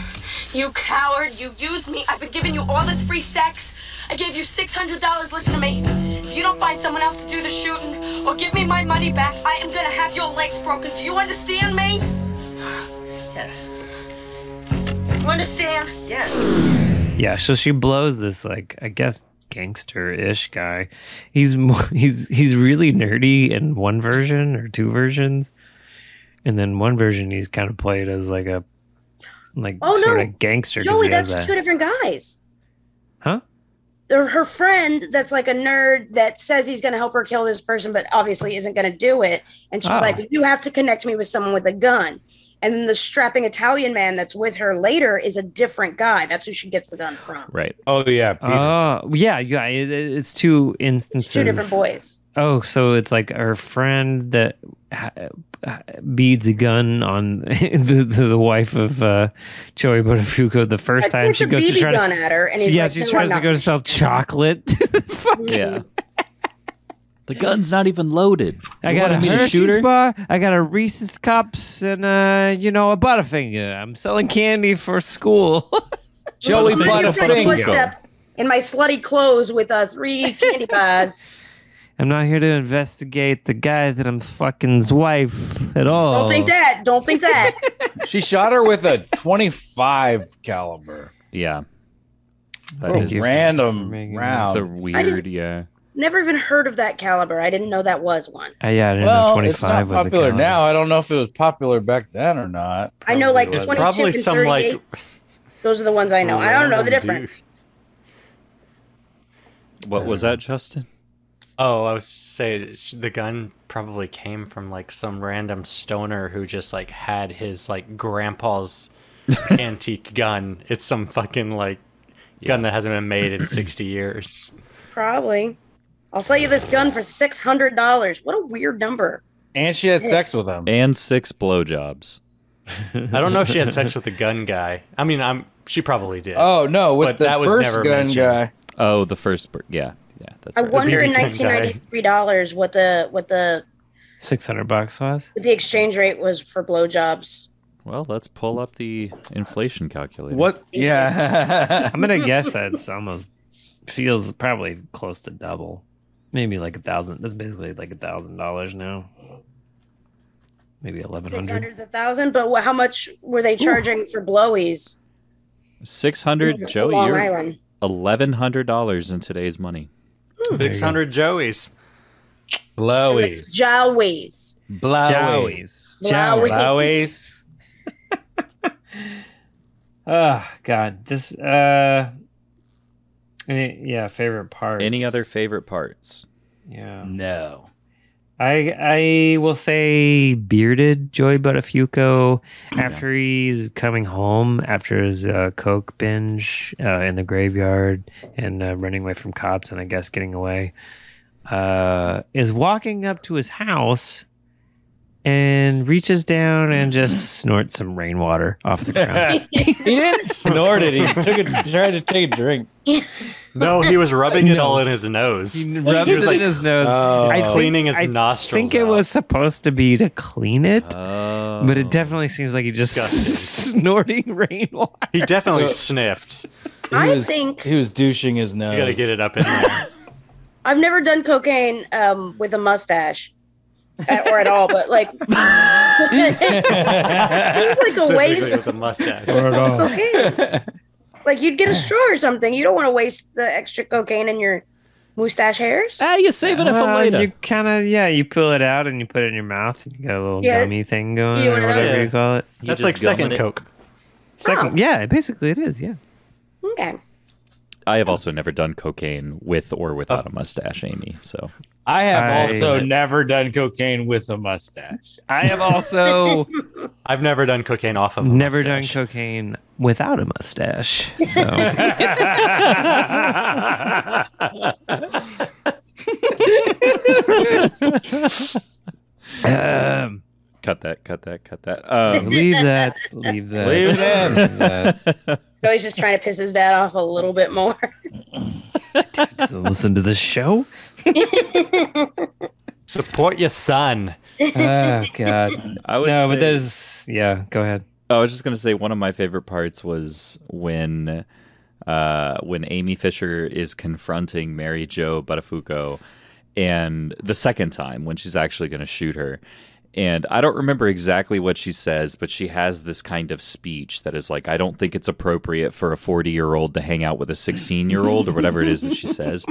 You coward. You used me. I've been giving you all this free sex. I gave you $600. Listen to me. If you don't find someone else to do the shooting or give me my money back, I am going to have your legs broken. Do you understand me? Yeah. You understand? Yes. Yeah, so she blows this like I guess gangster-ish guy. He's more, he's he's really nerdy in one version or two versions, and then one version he's kind of played as like a like Oh, sort no. of gangster. 'cause Joey, he has that's a- two different guys. huh? They're her friend that's like a nerd that says he's going to help her kill this person, but obviously isn't going to do it. And she's Oh. like, You have to connect me with someone with a gun. And then the strapping Italian man that's with her later is a different guy. That's who she gets the gun from. Right. Oh yeah, Peter. Uh, Oh yeah, yeah. It, it- it's two instances. It's two different boys. Oh, so it's like her friend that ha- ha- beads a gun on the, the, the wife of uh, Joey Buttafuoco the first Like, time it's she a goes BB to try to gun at her, and he's yeah, like, she "No, tries I'm to go not to gonna sell chocolate to the fucking. Yeah. the gun's not even loaded. I You got a want me to shoot Hershey's her? bar, I got a Reese's cups, and uh, you know a Butterfinger. I'm selling candy for school. Joey Well, I'm just trying to Buttafuoco. footstep in my slutty clothes with uh, three candy bars. I'm not here to investigate the guy that I'm fucking's wife at all. Don't think that. Don't think that. She shot her with a 25 caliber. Yeah. That Thank is you. Random Megan. It's a round. weird, yeah. Never even heard of that caliber. I didn't know that was one. Uh, yeah, I didn't know well, 25 it's not was a popular count. now. I don't know if it was popular back then or not. I know like Probably 22 was. and 38. Those are the ones I know. I don't know the Random difference. What was that, Justin? Oh, I was say sh- the gun probably came from like some random stoner who just like had his like grandpa's antique gun. It's some fucking like gun that hasn't been made in 60 years. Probably. I'll sell you this gun for $600. What a weird number. And she had sex with him. And six blowjobs. I don't know if she had sex with the gun guy. I mean, I'm she probably did. Oh no, with But the that was first never gun mentioned. guy. Oh, the first. bur- Yeah, yeah. That's I right. wonder in BB gun guy. 1993 dollars what the what the 600 bucks was? what the exchange rate was for blowjobs. Well, let's pull up the inflation calculator. What? Yeah. I'm going to guess that's almost feels probably close to double. Maybe like a thousand. That's basically like a thousand dollars now. Maybe 1100. 600 to 1000, but wha- how much were they charging for blowies? Six hundred, Joey. Long You're Island. eleven hundred dollars in today's money. 600 Joeys. Blowies. Jowies. Blowies. Blowies. Blowies. Oh, God. This, uh, any, yeah, favorite part. Any other favorite parts? Yeah. No. I I will say bearded Joey Buttafuoco after he's coming home after his uh, coke binge uh, in the graveyard and uh, running away from cops and I guess getting away uh, is walking up to his house and reaches down and just snorts some rainwater off the ground. he didn't snort it. He took it. Tried to take a drink. No, he was rubbing it all in his nose. He He was, like, his nose. Oh. I think- cleaning his I nostrils. think it out. was supposed to be to clean it. Oh, But it definitely seems like he just Disgusting. snorting rainwater. He definitely So- sniffed. He I was, think- he was douching his nose. You gotta get it up in there. I've never done cocaine um, with a mustache uh, or at all, but like seems like a Specifically waste. with a mustache. cocaine. like you'd get a straw or something. You don't want to waste the extra cocaine in your mustache hairs. ah, you saving it for Well, later. You kind of yeah, you pull it out and you put it in your mouth. And you got a little Yeah. gummy thing going You or wanna- whatever Yeah. you call it. You That's just like second gumming it. Coke. Second, yeah, basically it is. Yeah, Oh, Okay. I have also never done cocaine with or without a mustache, Amy. So I have I- also never done cocaine with a mustache. I have also I've never done cocaine off of. A never done mustache. cocaine without a mustache. So um, cut that, cut that, cut that. Um, leave that. Leave that. Leave it in. that. Joey's just trying to piss his dad off a little bit more. Listen to the show. Support your son. Oh God. I would. No, but say- there's yeah. Go ahead. Oh, I was just gonna say one of my favorite parts was when, uh, when Amy Fisher is confronting Mary Jo Buttafuoco, and the second time when she's actually gonna shoot her, and I don't remember exactly what she says, but she has this kind of speech that is like, I don't think it's appropriate for a forty-year-old to hang out with a sixteen-year-old or whatever it is that she says,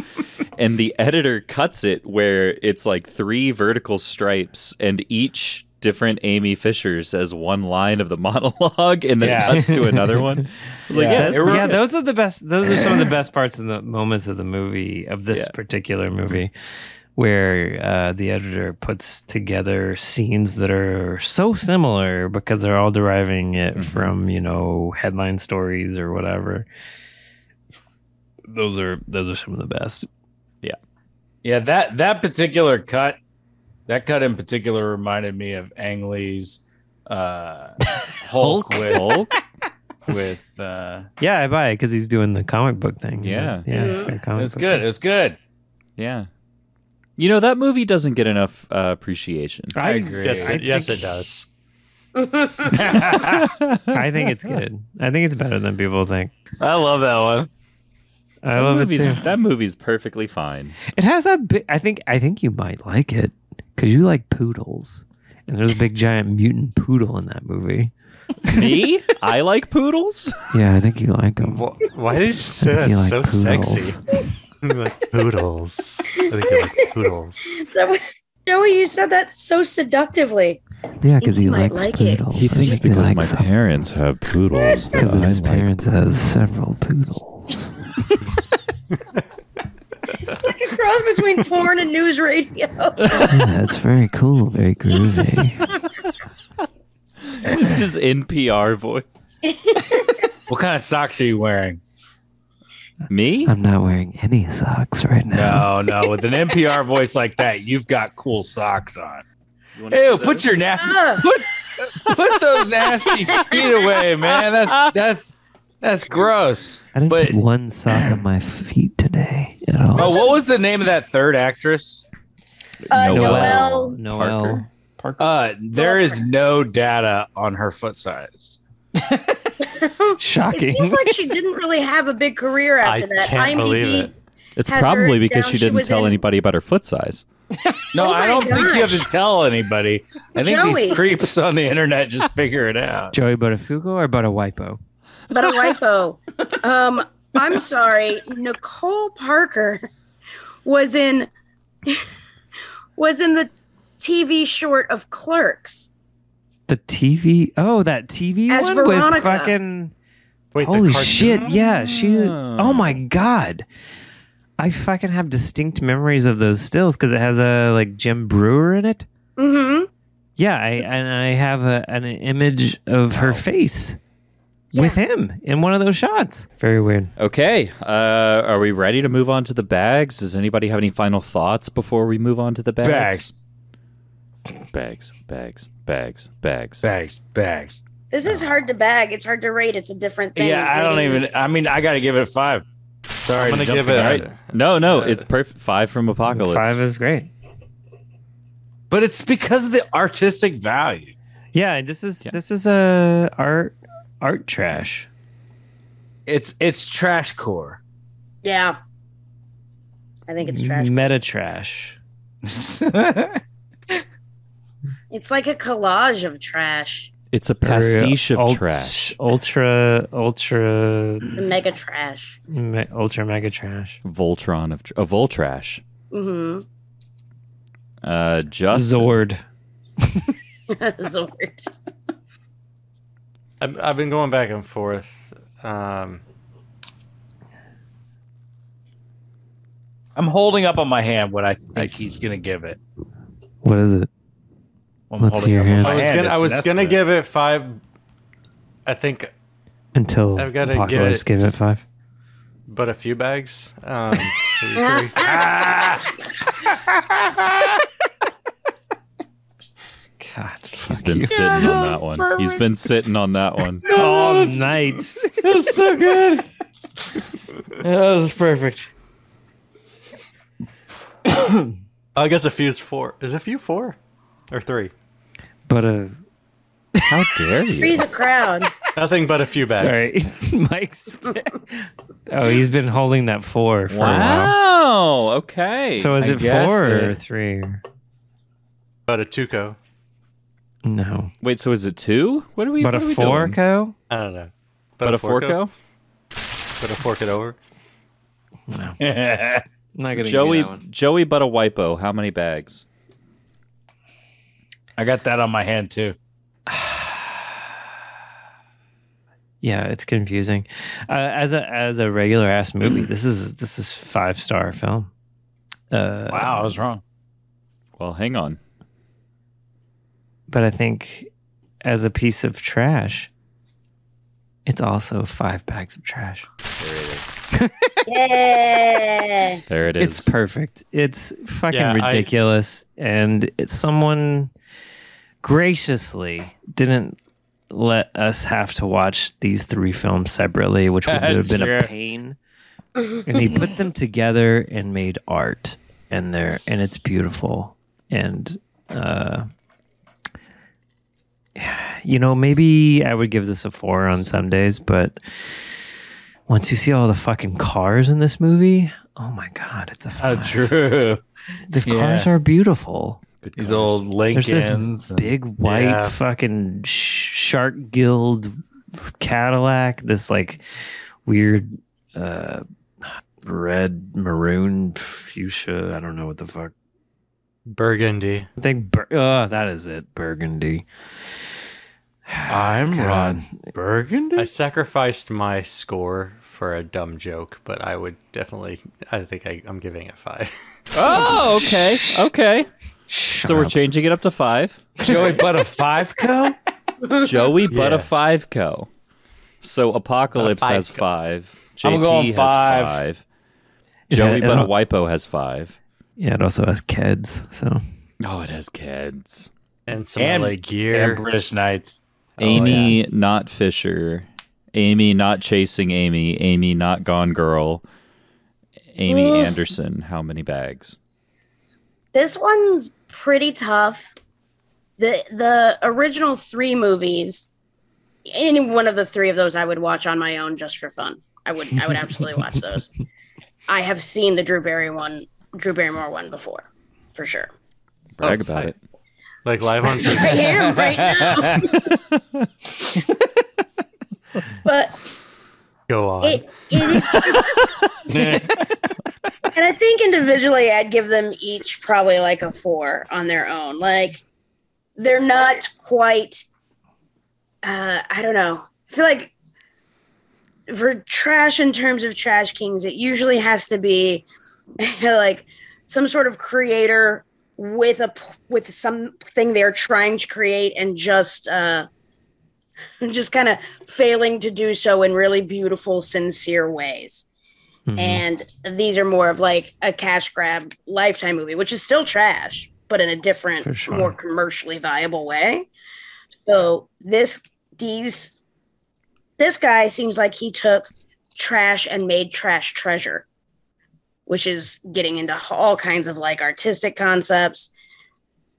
and the editor cuts it where it's like three vertical stripes and each different Amy Fisher says one line of the monologue and then Yeah. cuts to another one. I was like, yeah, that's yeah, perfect. those are the best. Those are some of the best parts in the moments of the movie of this Yeah. particular movie, where uh, the editor puts together scenes that are so similar because they're all deriving it Mhm. from you know headline stories or whatever. Those are those are some of the best. Yeah, that that particular cut, that cut in particular reminded me of Ang Lee's uh, Hulk, Hulk? with Hulk with. Uh, Yeah, I buy it because he's doing the comic book thing. Yeah. yeah, it's, Mm-hmm. very comic it's book. good. It's good. yeah. You know, that movie doesn't get enough uh, appreciation. I agree. Yes, I it, yes, it does. I think it's good. I think it's better than people think. I love that one. I That love it movie's, too. That movie's perfectly fine. It has a big. I think. I think you might like it because you like poodles, and there's a big giant mutant poodle in that movie. Me? I like poodles? Yeah, I think you like them. Wh- Why did you say that so sexy? like poodles. I think they're like poodles. Joey, Joey, you said that so seductively. Yeah, because he might likes like it. poodles. He thinks He because my likes them. parents have poodles that Because his I like parents has several poodles. It's like a cross between porn and news radio. Yeah, that's very cool, very groovy. This is NPR voice. What kind of socks are you wearing? Me? I'm not wearing any socks right now. No, no. With an NPR voice like that, you've got cool socks on. wanna Ew, see put those? your nasty Ah. put, put those nasty feet away, man. That's that's that's gross. I didn't But- put one sock on my feet today at all. Oh, what was the name of that third actress? Uh, Noel. Noel. Noel. Uh, there is no data on her foot size. It Shocking. seems like she didn't really have a big career after I that. E can't IMDb believe it. It's Has probably her because down. she She didn't was tell in- anybody about her foot size. No, Oh I my don't think you have to gosh. tell anybody. I think Joey. these creeps on the internet just figure it out. Joey Botafugo or Botawipo? but a wipo. Um, I'm sorry, Nicole Parker was in was in the TV short of Clerks. The TV? Oh, that TV As one Veronica. with fucking. Wait, Holy the cartoon? shit! Yeah, she. Oh my god, I fucking have distinct memories of those stills because it has a like Jim Brewer in it. Mm-hmm. Yeah, I and I have a, an image of her face with him in one of those shots. Very weird. Okay. Uh, are we ready to move on to the bags? Does anybody have any final thoughts before we move on to the Bags, bags? Bags. Bags. Bags. Bags. bags, bags. This is hard to bag. It's hard to rate. It's a different thing. Yeah, I don't even. I mean, I got to give it a five. Sorry, I'm gonna to jump give in, it. all right? No, no, it's perfect. Five from Apocalypse. Five is great. but it's because of the artistic value. Yeah, this is this is a art art trash. It's it's trash core. Yeah, I think it's trash. Meta trash. It's like a collage of trash, it's a pastiche of Ult- trash. Ultra ultra the mega trash. me, ultra mega trash. Voltron of tr- a Voltrash. hmm Uh, just Zord. That's a word. I've, I've been going back and forth. Um, I'm holding up on my hand what I think he's gonna give it. What is it? I'm Let's see holding your up on hand. my I was hand. gonna. I It's was an gonna estimate. give it five. I think, Until I've gotta apocalypse get- give it five. but a few bags. Um, maybe three. God, he's been sitting on that one. He's been sitting on that one. all night. That's so good. that was perfect. I guess a few is four. Is a few four or three? But uh, a How dare you? Freeze a crowd. Nothing but a few bags. sorry, Mike's. oh, he's been holding that four for a while. Wow. Okay. So is I it guessed four or it. three? But a tuco. No, Wait. So is it two? What are we? but what are a we four doing? co. I don't know. But a forco. But a fork it over. Not gonna Joey. Joey. But a wipo. How many bags? I got that on my hand too. Yeah, it's confusing. Uh, as a as a regular ass movie, this is this is five star film. Uh, Wow, I was wrong. Well, hang on. but I think as a piece of trash, it's also five bags of trash. Yeah. There it is. It's perfect. It's fucking Yeah, I- ridiculous. and it's someone graciously didn't let us have to watch these three films separately, which would have That's been a true. pain. and he put them together and made art and they're and it's beautiful. And uh you know, maybe I would give this a four on some days, but once you see all the fucking cars in this movie, oh my god, it's a Oh, five. true. the yeah. cars are beautiful. These old There's this Lincolns. and- Big white Yeah. fucking sh- shark guild Cadillac. This like weird uh, red maroon fuchsia. I don't know what the fuck. Burgundy. I think bur- oh, that is it. Burgundy. I'm God. Burgundy. I sacrificed my score for a dumb joke, but I would definitely. I think I, I'm giving it five. Oh, okay, okay. so we're changing it up to five. Joey Butt a five co? Joey, but Yeah. a five co. So apocalypse But a has five-co. five. JP I'm going has five. five. Yeah, Joey, and but a I'll- wipo has five. Yeah, it also has keds. So Oh, it has kids. And some And- LA gear. And British Knights. Amy, not Fisher. Amy, not chasing Amy. Amy, not gone girl. Amy Anderson, how many bags? This one's pretty tough. The the original three movies, any one of the three of those I would watch on my own just for fun. I would I would absolutely watch those. I have seen the Drew Barry one, Drew Barrymore one before, for sure. Brag Oh, about I- it. Like live on TV. I am right now. but Go on. it, it and I think individually I'd give them each probably like a four on their own. Like they're not quite uh I don't know. I feel like for trash in terms of trash kings, it usually has to be like some sort of creator with a p- with something they're trying to create and just uh just kind of failing to do so in really beautiful sincere ways mm-hmm. and these are more of like a cash grab lifetime movie which is still trash but in a For different sure. more commercially viable way so this these this guy seems like he took trash and made trash treasure which is getting into all kinds of like artistic concepts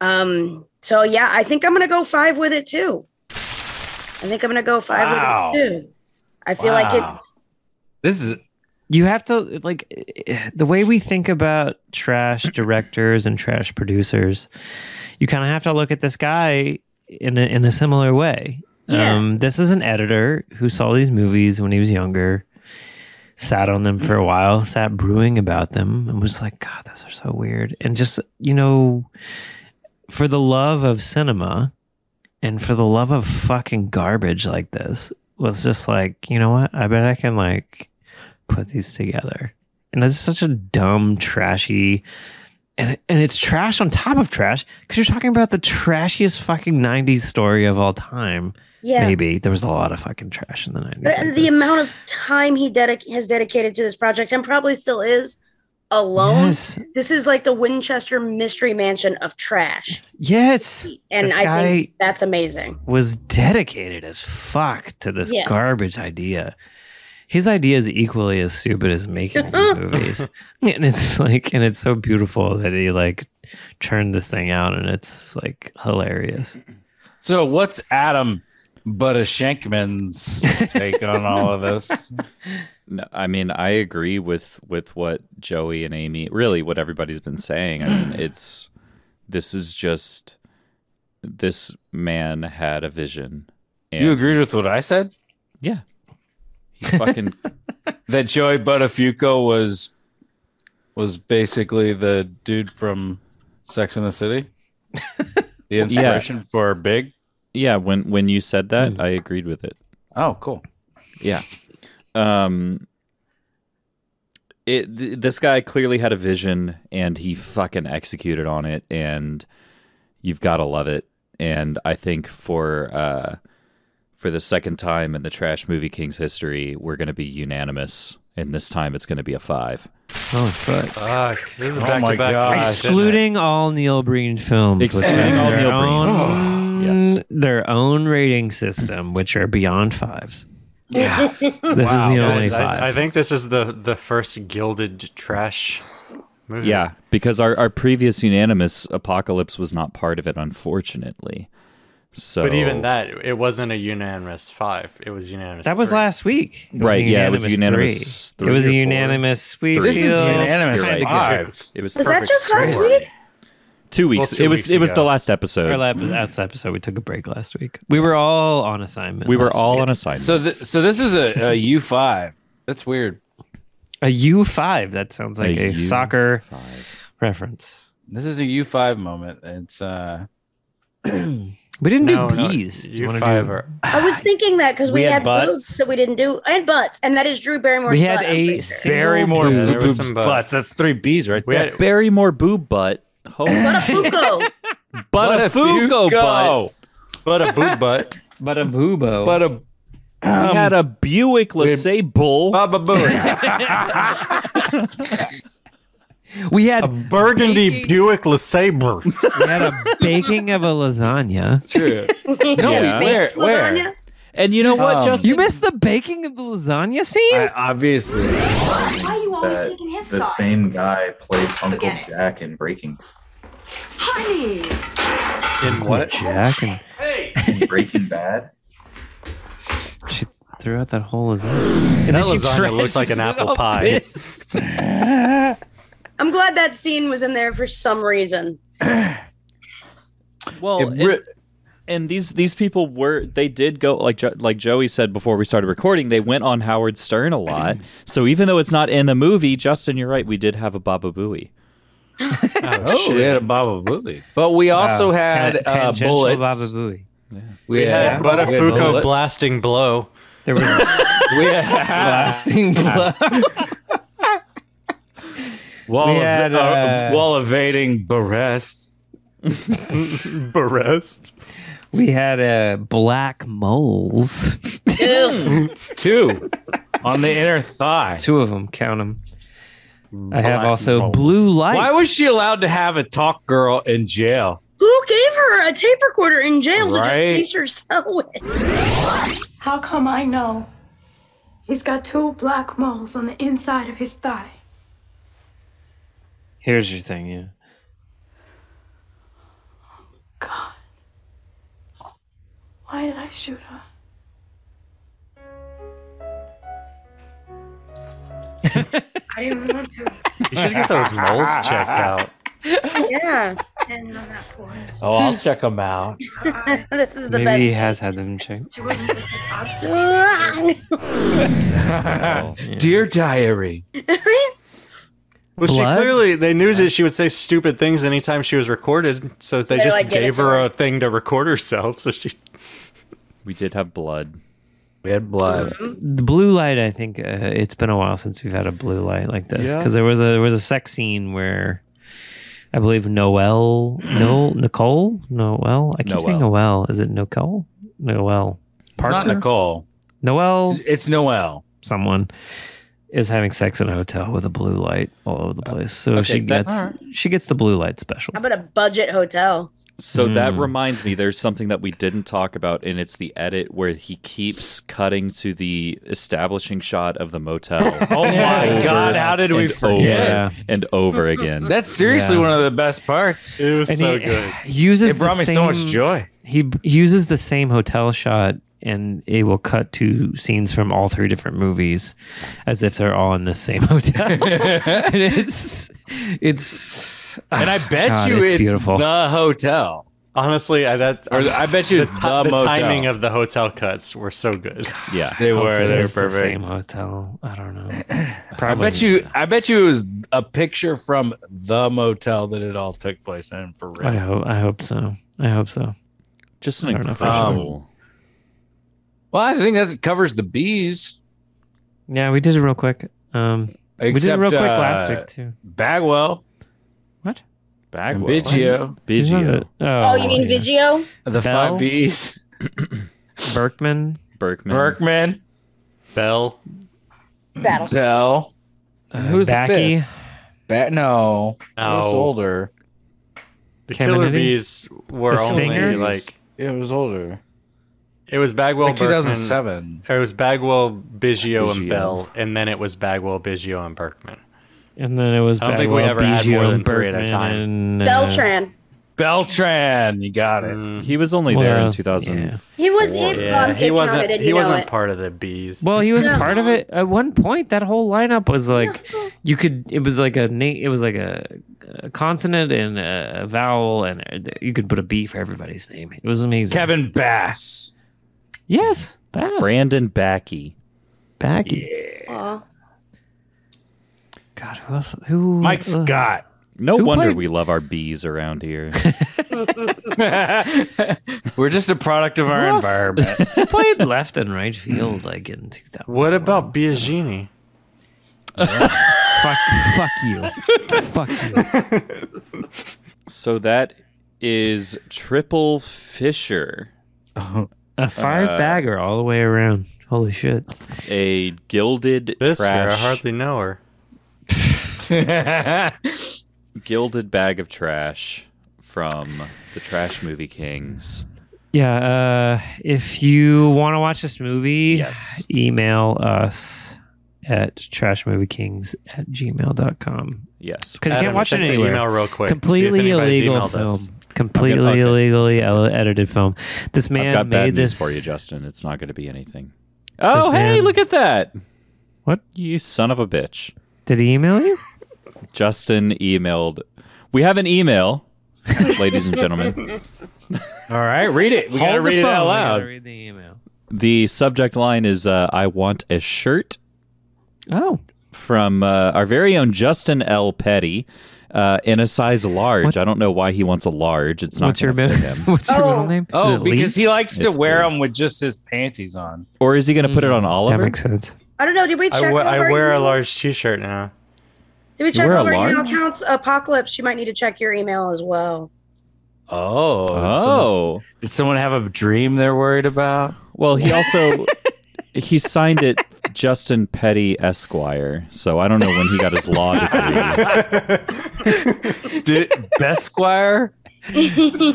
um so yeah i think i'm gonna go five with it too i think i'm gonna go five Wow. with it too i feel like it Wow. This is you have to like eh, the way we think about trash directors and trash producers you kind of have to look at this guy in a, in a similar way Yeah. um, this is an editor who saw these movies when he was younger sat on them for a while sat brewing about them and was like god those are so weird and just you know for the love of cinema and for the love of fucking garbage like this was just like you know what i bet i can like put these together. And that's such a dumb, trashy, and and it's trash on top of trash because you're talking about the trashiest fucking '90s story of all time. yeah Maybe there was a lot of fucking trash in the '90s. But uh, like the this. amount of time he dedic- has dedicated to this project and probably still is alone. Yes, This is like the Winchester Mystery Mansion of trash. yes, And This I think guy- that's amazing. was dedicated as fuck to this Yeah. garbage idea. His idea is equally as stupid as making these movies, and it's like, and it's so beautiful that he like churned this thing out, and it's like hilarious. so. What's Adam but a Shankman's take on all of this? No, I mean, I agree with with what Joey and Amy, really, what everybody's been saying. I mean, it's this is just this man had a vision. And You agreed with what I said Yeah. He fucking that Joey Buttafuoco was was basically the dude from Sex in the City, the inspiration for Big. yeah. When when you said that, I agreed with it. Oh, cool. Yeah. Um it th- this guy clearly had a vision and he fucking executed on it and you've got to love it and I think for uh for the second time in the trash movie king's history, we're going to be unanimous and this time it's going to be a 5. Oh fuck. Fuck. This is Oh back my to back. gosh. weeks, isn't it? excluding all Neil Breen films, which Excluding have all their Neil Breen own- films. Yes. their own rating system, which are beyond fives. Yeah. This is the only Yes, five. I, I think this is the the first gilded trash movie. Yeah, because our our previous unanimous apocalypse was not part of it unfortunately. So But even that, it wasn't a unanimous five. It was unanimous. that was three. last week, It was Right, a yeah, it was unanimous It three was or a four. unanimous sweep. This is deal. unanimous. You're right. Five. it was Was that Perfect just last score. week? two weeks. two it was weeks it was ago. the last episode. Our last, last episode, we took a break last week. We were all on assignment. we were last all week. on assignment. So, th- so this is a, a U five. That's weird. A U5. That sounds like A a, U soccer reference. This is a U5 moment. It's uh we didn't No, do no, bees. Do you want to U5 do? or- I was thinking that because We we, had had, butts. boobs that we didn't do, and butts, and that is Drew Barrymore. We had a Barrymore Yeah, there was boobs some uh, butts. butts. That's three B's right there. Barrymore boob butt. Holy Buko. but a fugo butt. But a boob butt. But a boobo. But a we had a Buick um, LeSable. Baba Booey. we had a burgundy Buick LeSabre. we had a baking of a lasagna. True. no, Yeah. Where- where? And you know what, Um, Justin? You missed the baking of the lasagna scene? I, obviously. Why are you always that taking his the side? same guy plays Uncle Forget it. Jack in Breaking Honey! In what? Jack and in Breaking Bad. she threw out that whole lasagna. And That then she lasagna looks trashes like an it apple all pie. pissed. I'm glad that scene was in there for some reason. Well, It re- and, and these these people were they did go like jo- like Joey said before we started recording, they went on Howard Stern a lot. so even though it's not in the movie, Justin, you're right, we did have a Baba Booey. Oh, we had a Baba Booey. But we also had uh, Tangential bullets. Baba Booey. we, Yeah, but a we had Fuko bullets. blasting blow. There was We had, blasting Ah. blood. wall, We ev- had, uh, uh, wall evading barrest. Barrest. We had uh, black moles. Two on the inner thigh. Two of them. Count them. I have also blue light. Why was she allowed to have a talk girl in jail? Who gave her a tape recorder in jail to just Right. chase herself with? How come I know? He's got two black moles on the inside of his thigh. Here's your thing, yeah. God. Why did I shoot her? I didn't want to. You should get those moles checked out. Yeah, And on that point, Oh, I'll check them out. this is the Maybe he has best. had them checked. you wouldn't look at us. Dear diary. Well, Blood? she clearly they knew that she would say stupid things anytime she was recorded, so they They're just like, "Give it gave to her her." a thing to record herself. So she We did have blood. We had blood. The blue light. I think uh, it's been a while since we've had a blue light like this because there was a there was a sex scene where I believe Noel, no Nicole, Noel. I keep saying Noel. Noel. Is it Nicole? Noel It's not Parker. Nicole. Noel. It's, it's Noel. Someone is having sex in a hotel with a blue light all over the Uh, place. So Okay, she that- gets she gets the blue light special. How about a budget hotel? So that Hmm. reminds me, there's something that we didn't talk about, and it's the edit where he keeps cutting to the establishing shot of the motel. Oh my Over God, how did we and forget? Yeah. Over and over again. That's seriously Yeah. one of the best parts. It was And he Uses It brought the me so same- much joy. he b- uses the same hotel shot and it will cut to scenes from all three different movies as if they're all in the same hotel and it's it's ah, And I bet God, you it's it's, beautiful. the hotel. honestly, I, that Or I bet you the, it's ti- the, the motel. timing of the hotel cuts were so good. Yeah. they were they were it's the perfect. same hotel i don't know I probably bet you I bet you it was a picture from the motel that it all took place in for i real. hope i hope so i hope so Just an I don't know if I incredible. Well, I think that covers the bees. yeah we did it real quick um we did it Except, real quick uh, last week too Bagwell what and Bagwell. Biggio, Isn't Biggio. it- oh, Oh, you mean yeah. Vigio? the Bell? five bees, berkman Berkman. Berkman, Bell, That'll. Bell, uh, Who's the Backy. Bat. No, it was No. older. the Caminiti? Killer Bees were The only Stinger? like It was older. it was Bagwell like Berkman- 2007. It was Bagwell, Biggio, and Biggio. Bell, and then it was Bagwell, Biggio, and Berkman. and then it was I don't think we Bagwell, ever had Biggio, more than three at a Berkman, time. and, uh, Beltran. Beltran, you got it. Mm-hmm. He was only there Well, in 2000. yeah. He was Four. in Yeah, he wasn't. Didn't He wasn't Know part of the bees. Well, he was a No. part of it at one point. That whole lineup was like it. you could. It was like a na- It was like a, a consonant and a vowel, and uh, you could put a B for everybody's name. It was amazing. Kevin Bass. Yes. Bass. Brandon Backy. Backy. Aw. God, who else? Who? Mike Scott. No Who wonder played- we love our bees around here. We're just a product of our Who else? environment. Who played left and right field like in 2000? What about Biagini? fuck, fuck you. fuck you. so that is triple Fisher, A five Uh, bagger all the way around. Holy shit. a gilded This year, I trash, hardly know her. gilded bag of trash from the Trash Movie Kings. Yeah, uh, if you want to watch this movie, Yes. email us at trashmoviekings at gmail.com. Yes, Because you Adam, can't watch it check the anywhere. email real quick, see if Completely anybody's illegal emailed film. us. Completely Okay, okay. illegally el- edited film. This man I've got made bad news this for you, Justin. It's not going to be anything. Oh, hey, man- look at that! What? You son of a bitch! Did he email you? Justin emailed. We have an email, ladies and gentlemen. All right, read it. We gotta Hold the read it out phone. We gotta loud. read the email. The subject line is uh, "I want a shirt." Oh, from uh, our very own Justin L. Petty uh, in a size large. I don't know why he wants a large. It's not what's your, going middle, to fit him. what's your middle name? Is Oh, it because Lee? he likes to It's wear them with just his panties on. Or is he going to put it on Oliver? Hmm. That makes sense. I don't know. Did we I check? we- all of I our wear a emails? large T-shirt now. Did we check wear a all of our email large? accounts? Apocalypse. You might need to check your email as well. Oh, oh, Did someone have a dream they're worried about? well, he also he signed it Justin Petty Esquire. So I don't know when he got his law degree. Did Best Squire?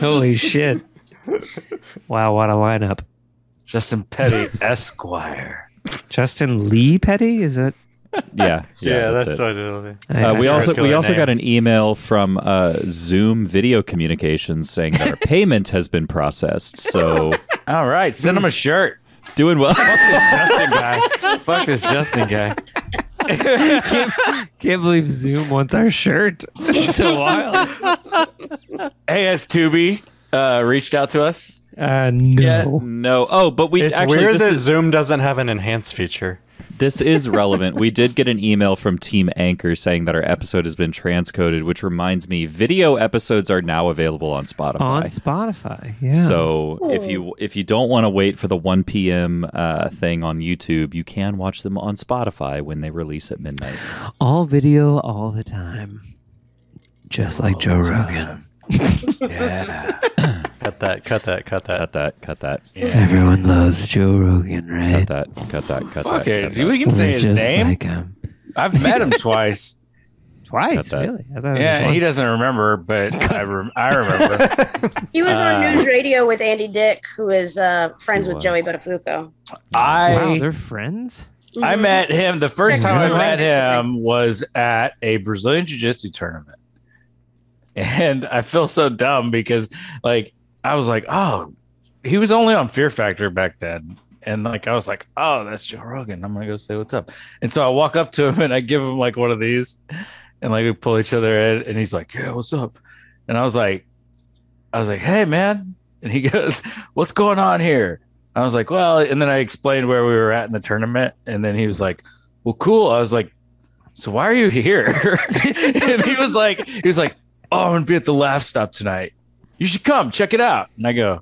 Holy shit. Wow, what a lineup. Justin Petty Esquire. Justin Lee Petty? Is that? Yeah, yeah, Yeah, that's, it. what it'll be. I- Uh, we That's also our we killer also name. got an email from uh, Zoom Video Communications saying that our payment has been processed. So All right, send him a shirt. doing well. Justin guy. Fuck this Justin guy. Can't believe Zoom wants our shirt. It's so wild. Hey, has Tubi uh, reached out to us? Uh, no. no. Oh, but we It's actually weird this that is Zoom doesn't have an enhance feature. This is relevant. we did get an email from Team Anchor saying that our episode has been transcoded, which reminds me, video episodes are now available on Spotify. On Spotify. Yeah. So if you if you don't want to wait for the 1 p.m. Uh, thing on YouTube, you can watch them on Spotify when they release at midnight. all video all the time. Just like Joe Rogan. Cut that! Cut that! Cut that! Cut that. Cut that. Everyone loves Joe Rogan, Cut right? that. Cut that. Cut Fuck that. it. Cut that. We can say We're his just name. like him. I've met him twice. Cut Twice, that. really? I thought it was Yeah, once. he doesn't remember, but I, rem- I remember. He was on news radio with Andy Dick, who is uh, friends He with Joey was. Buttafuoco. Wow, I they're friends? I Mm-hmm. met him. The first time I Yeah. met him was at a Brazilian Jiu Jitsu tournament. And I feel so dumb because, like, I was like, oh, he was only on Fear Factor back then. And, like, I was like, oh, that's Joe Rogan. I'm going to go say what's up. And so I walk up to him and I give him, like, one of these. And, like, we pull each other in. And he's like, yeah, what's up? And I was like, I was like, hey, man. And he goes, what's going on here? I was like, well, and then I explained where we were at in the tournament, and then he was like, well, cool. I was like, so why are you here? and he was like, he was like, oh, I'm gonna be at the Laugh Stop tonight. You should come check it out. And I go,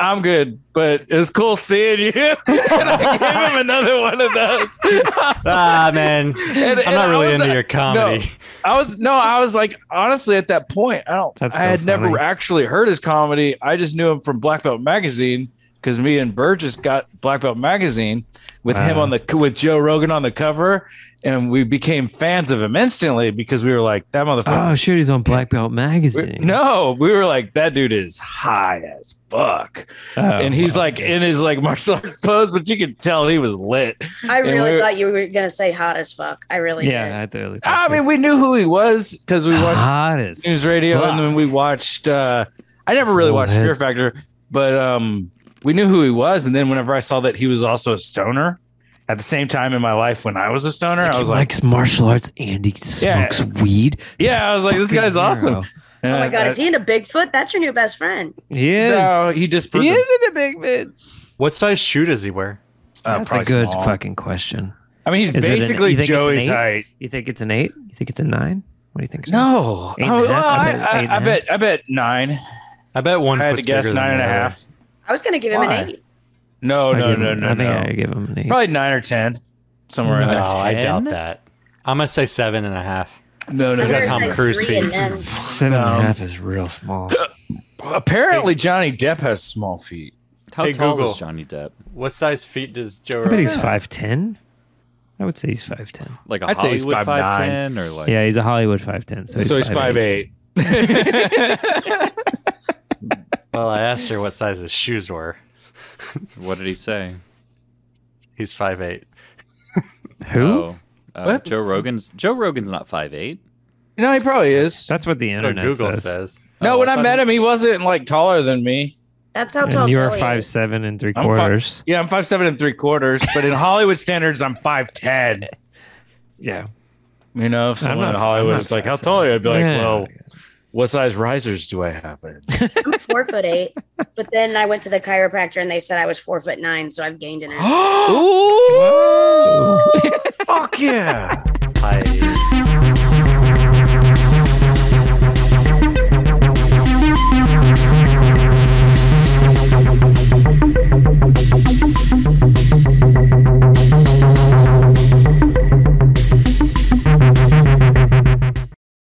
I'm good, but it's cool seeing you. and I gave him another one of those. Ah, man, And- I'm and not I really was- into your comedy. I was no, I was like honestly at that point, I don't That's I so had never funny. actually heard his comedy. I just knew him from Black Belt Magazine because me and Burgess got Black Belt Magazine with him Wow. on the with Joe Rogan on the cover, and we became fans of him instantly because we were like that Oh, motherfucker. shoot, he's on Black Belt Magazine. We- no, we were like that dude is high as fuck, Oh, and he's wow. like in his like martial arts pose, but you could tell he was lit. I And really we're- thought you were gonna say hot as fuck. I really Yeah, I totally. I mean, we knew who he was because we Oh, watched Hot as news radio and then we watched uh i never really Old watched head. fear factor but um we knew who he was and then whenever i saw that he was also a stoner at the same time in my life when i was a stoner i He was like likes martial arts and he smokes weed. yeah i was like this Fucking guy's awesome hero. did. Oh my god, And I- is he into Bigfoot? That's your new best friend. He is. no he just he isn't a big man. What size shoe does he wear? uh, That's a probably good small. fucking question. I mean, he's Is it an- basically you think it's an Joey's eight? height. You think it's an eight? You think it's a nine? What do you think? No, Eight and Oh, a half? well, I I, I, bet eight and I a half. bet I bet nine. I bet one. I had to foot's guess bigger than nine and a the other. half. I was gonna give him Why? an eight. No, I no, give no, him- no, I think no. I give him an eight. Probably nine or ten, somewhere in No, there. Oh, I doubt 10? that. I'm gonna say seven and a half. No, no, I He's got would've Tom said Cruise three and feet. then- Seven and a half No. is real small. Apparently, Johnny Depp has small feet. How Hey, tall Google. is Johnny Depp? What size feet does Joe? I bet Rogan he's five ten. I would say he's five ten. Like a I'd say he's Hollywood 5'9". 5'10" or like Yeah, he's a Hollywood five ten. So he's So he's five eight. Well, I asked her what size his shoes were. what did he say? He's five eight. Who? Oh, uh, What? Joe Rogan's Joe Rogan's not five eight. No, he probably is. That's what the internet Google says. says. No, Oh, when I thought met he- him, he wasn't like taller than me. That's how tall And you are Joey five is. seven and three I'm fi- quarters. Yeah, I'm five seven and three quarters, but in Hollywood standards, I'm five ten. Yeah, You know, if I'm someone not- in Hollywood I'm not was like, "How 5'7". tall are you?" I'd be like, Yeah. "Well, what size risers do I have?" I'm four foot eight, but then I went to the chiropractor and they said I was four foot nine, so I've gained an inch. Ooh, fuck yeah!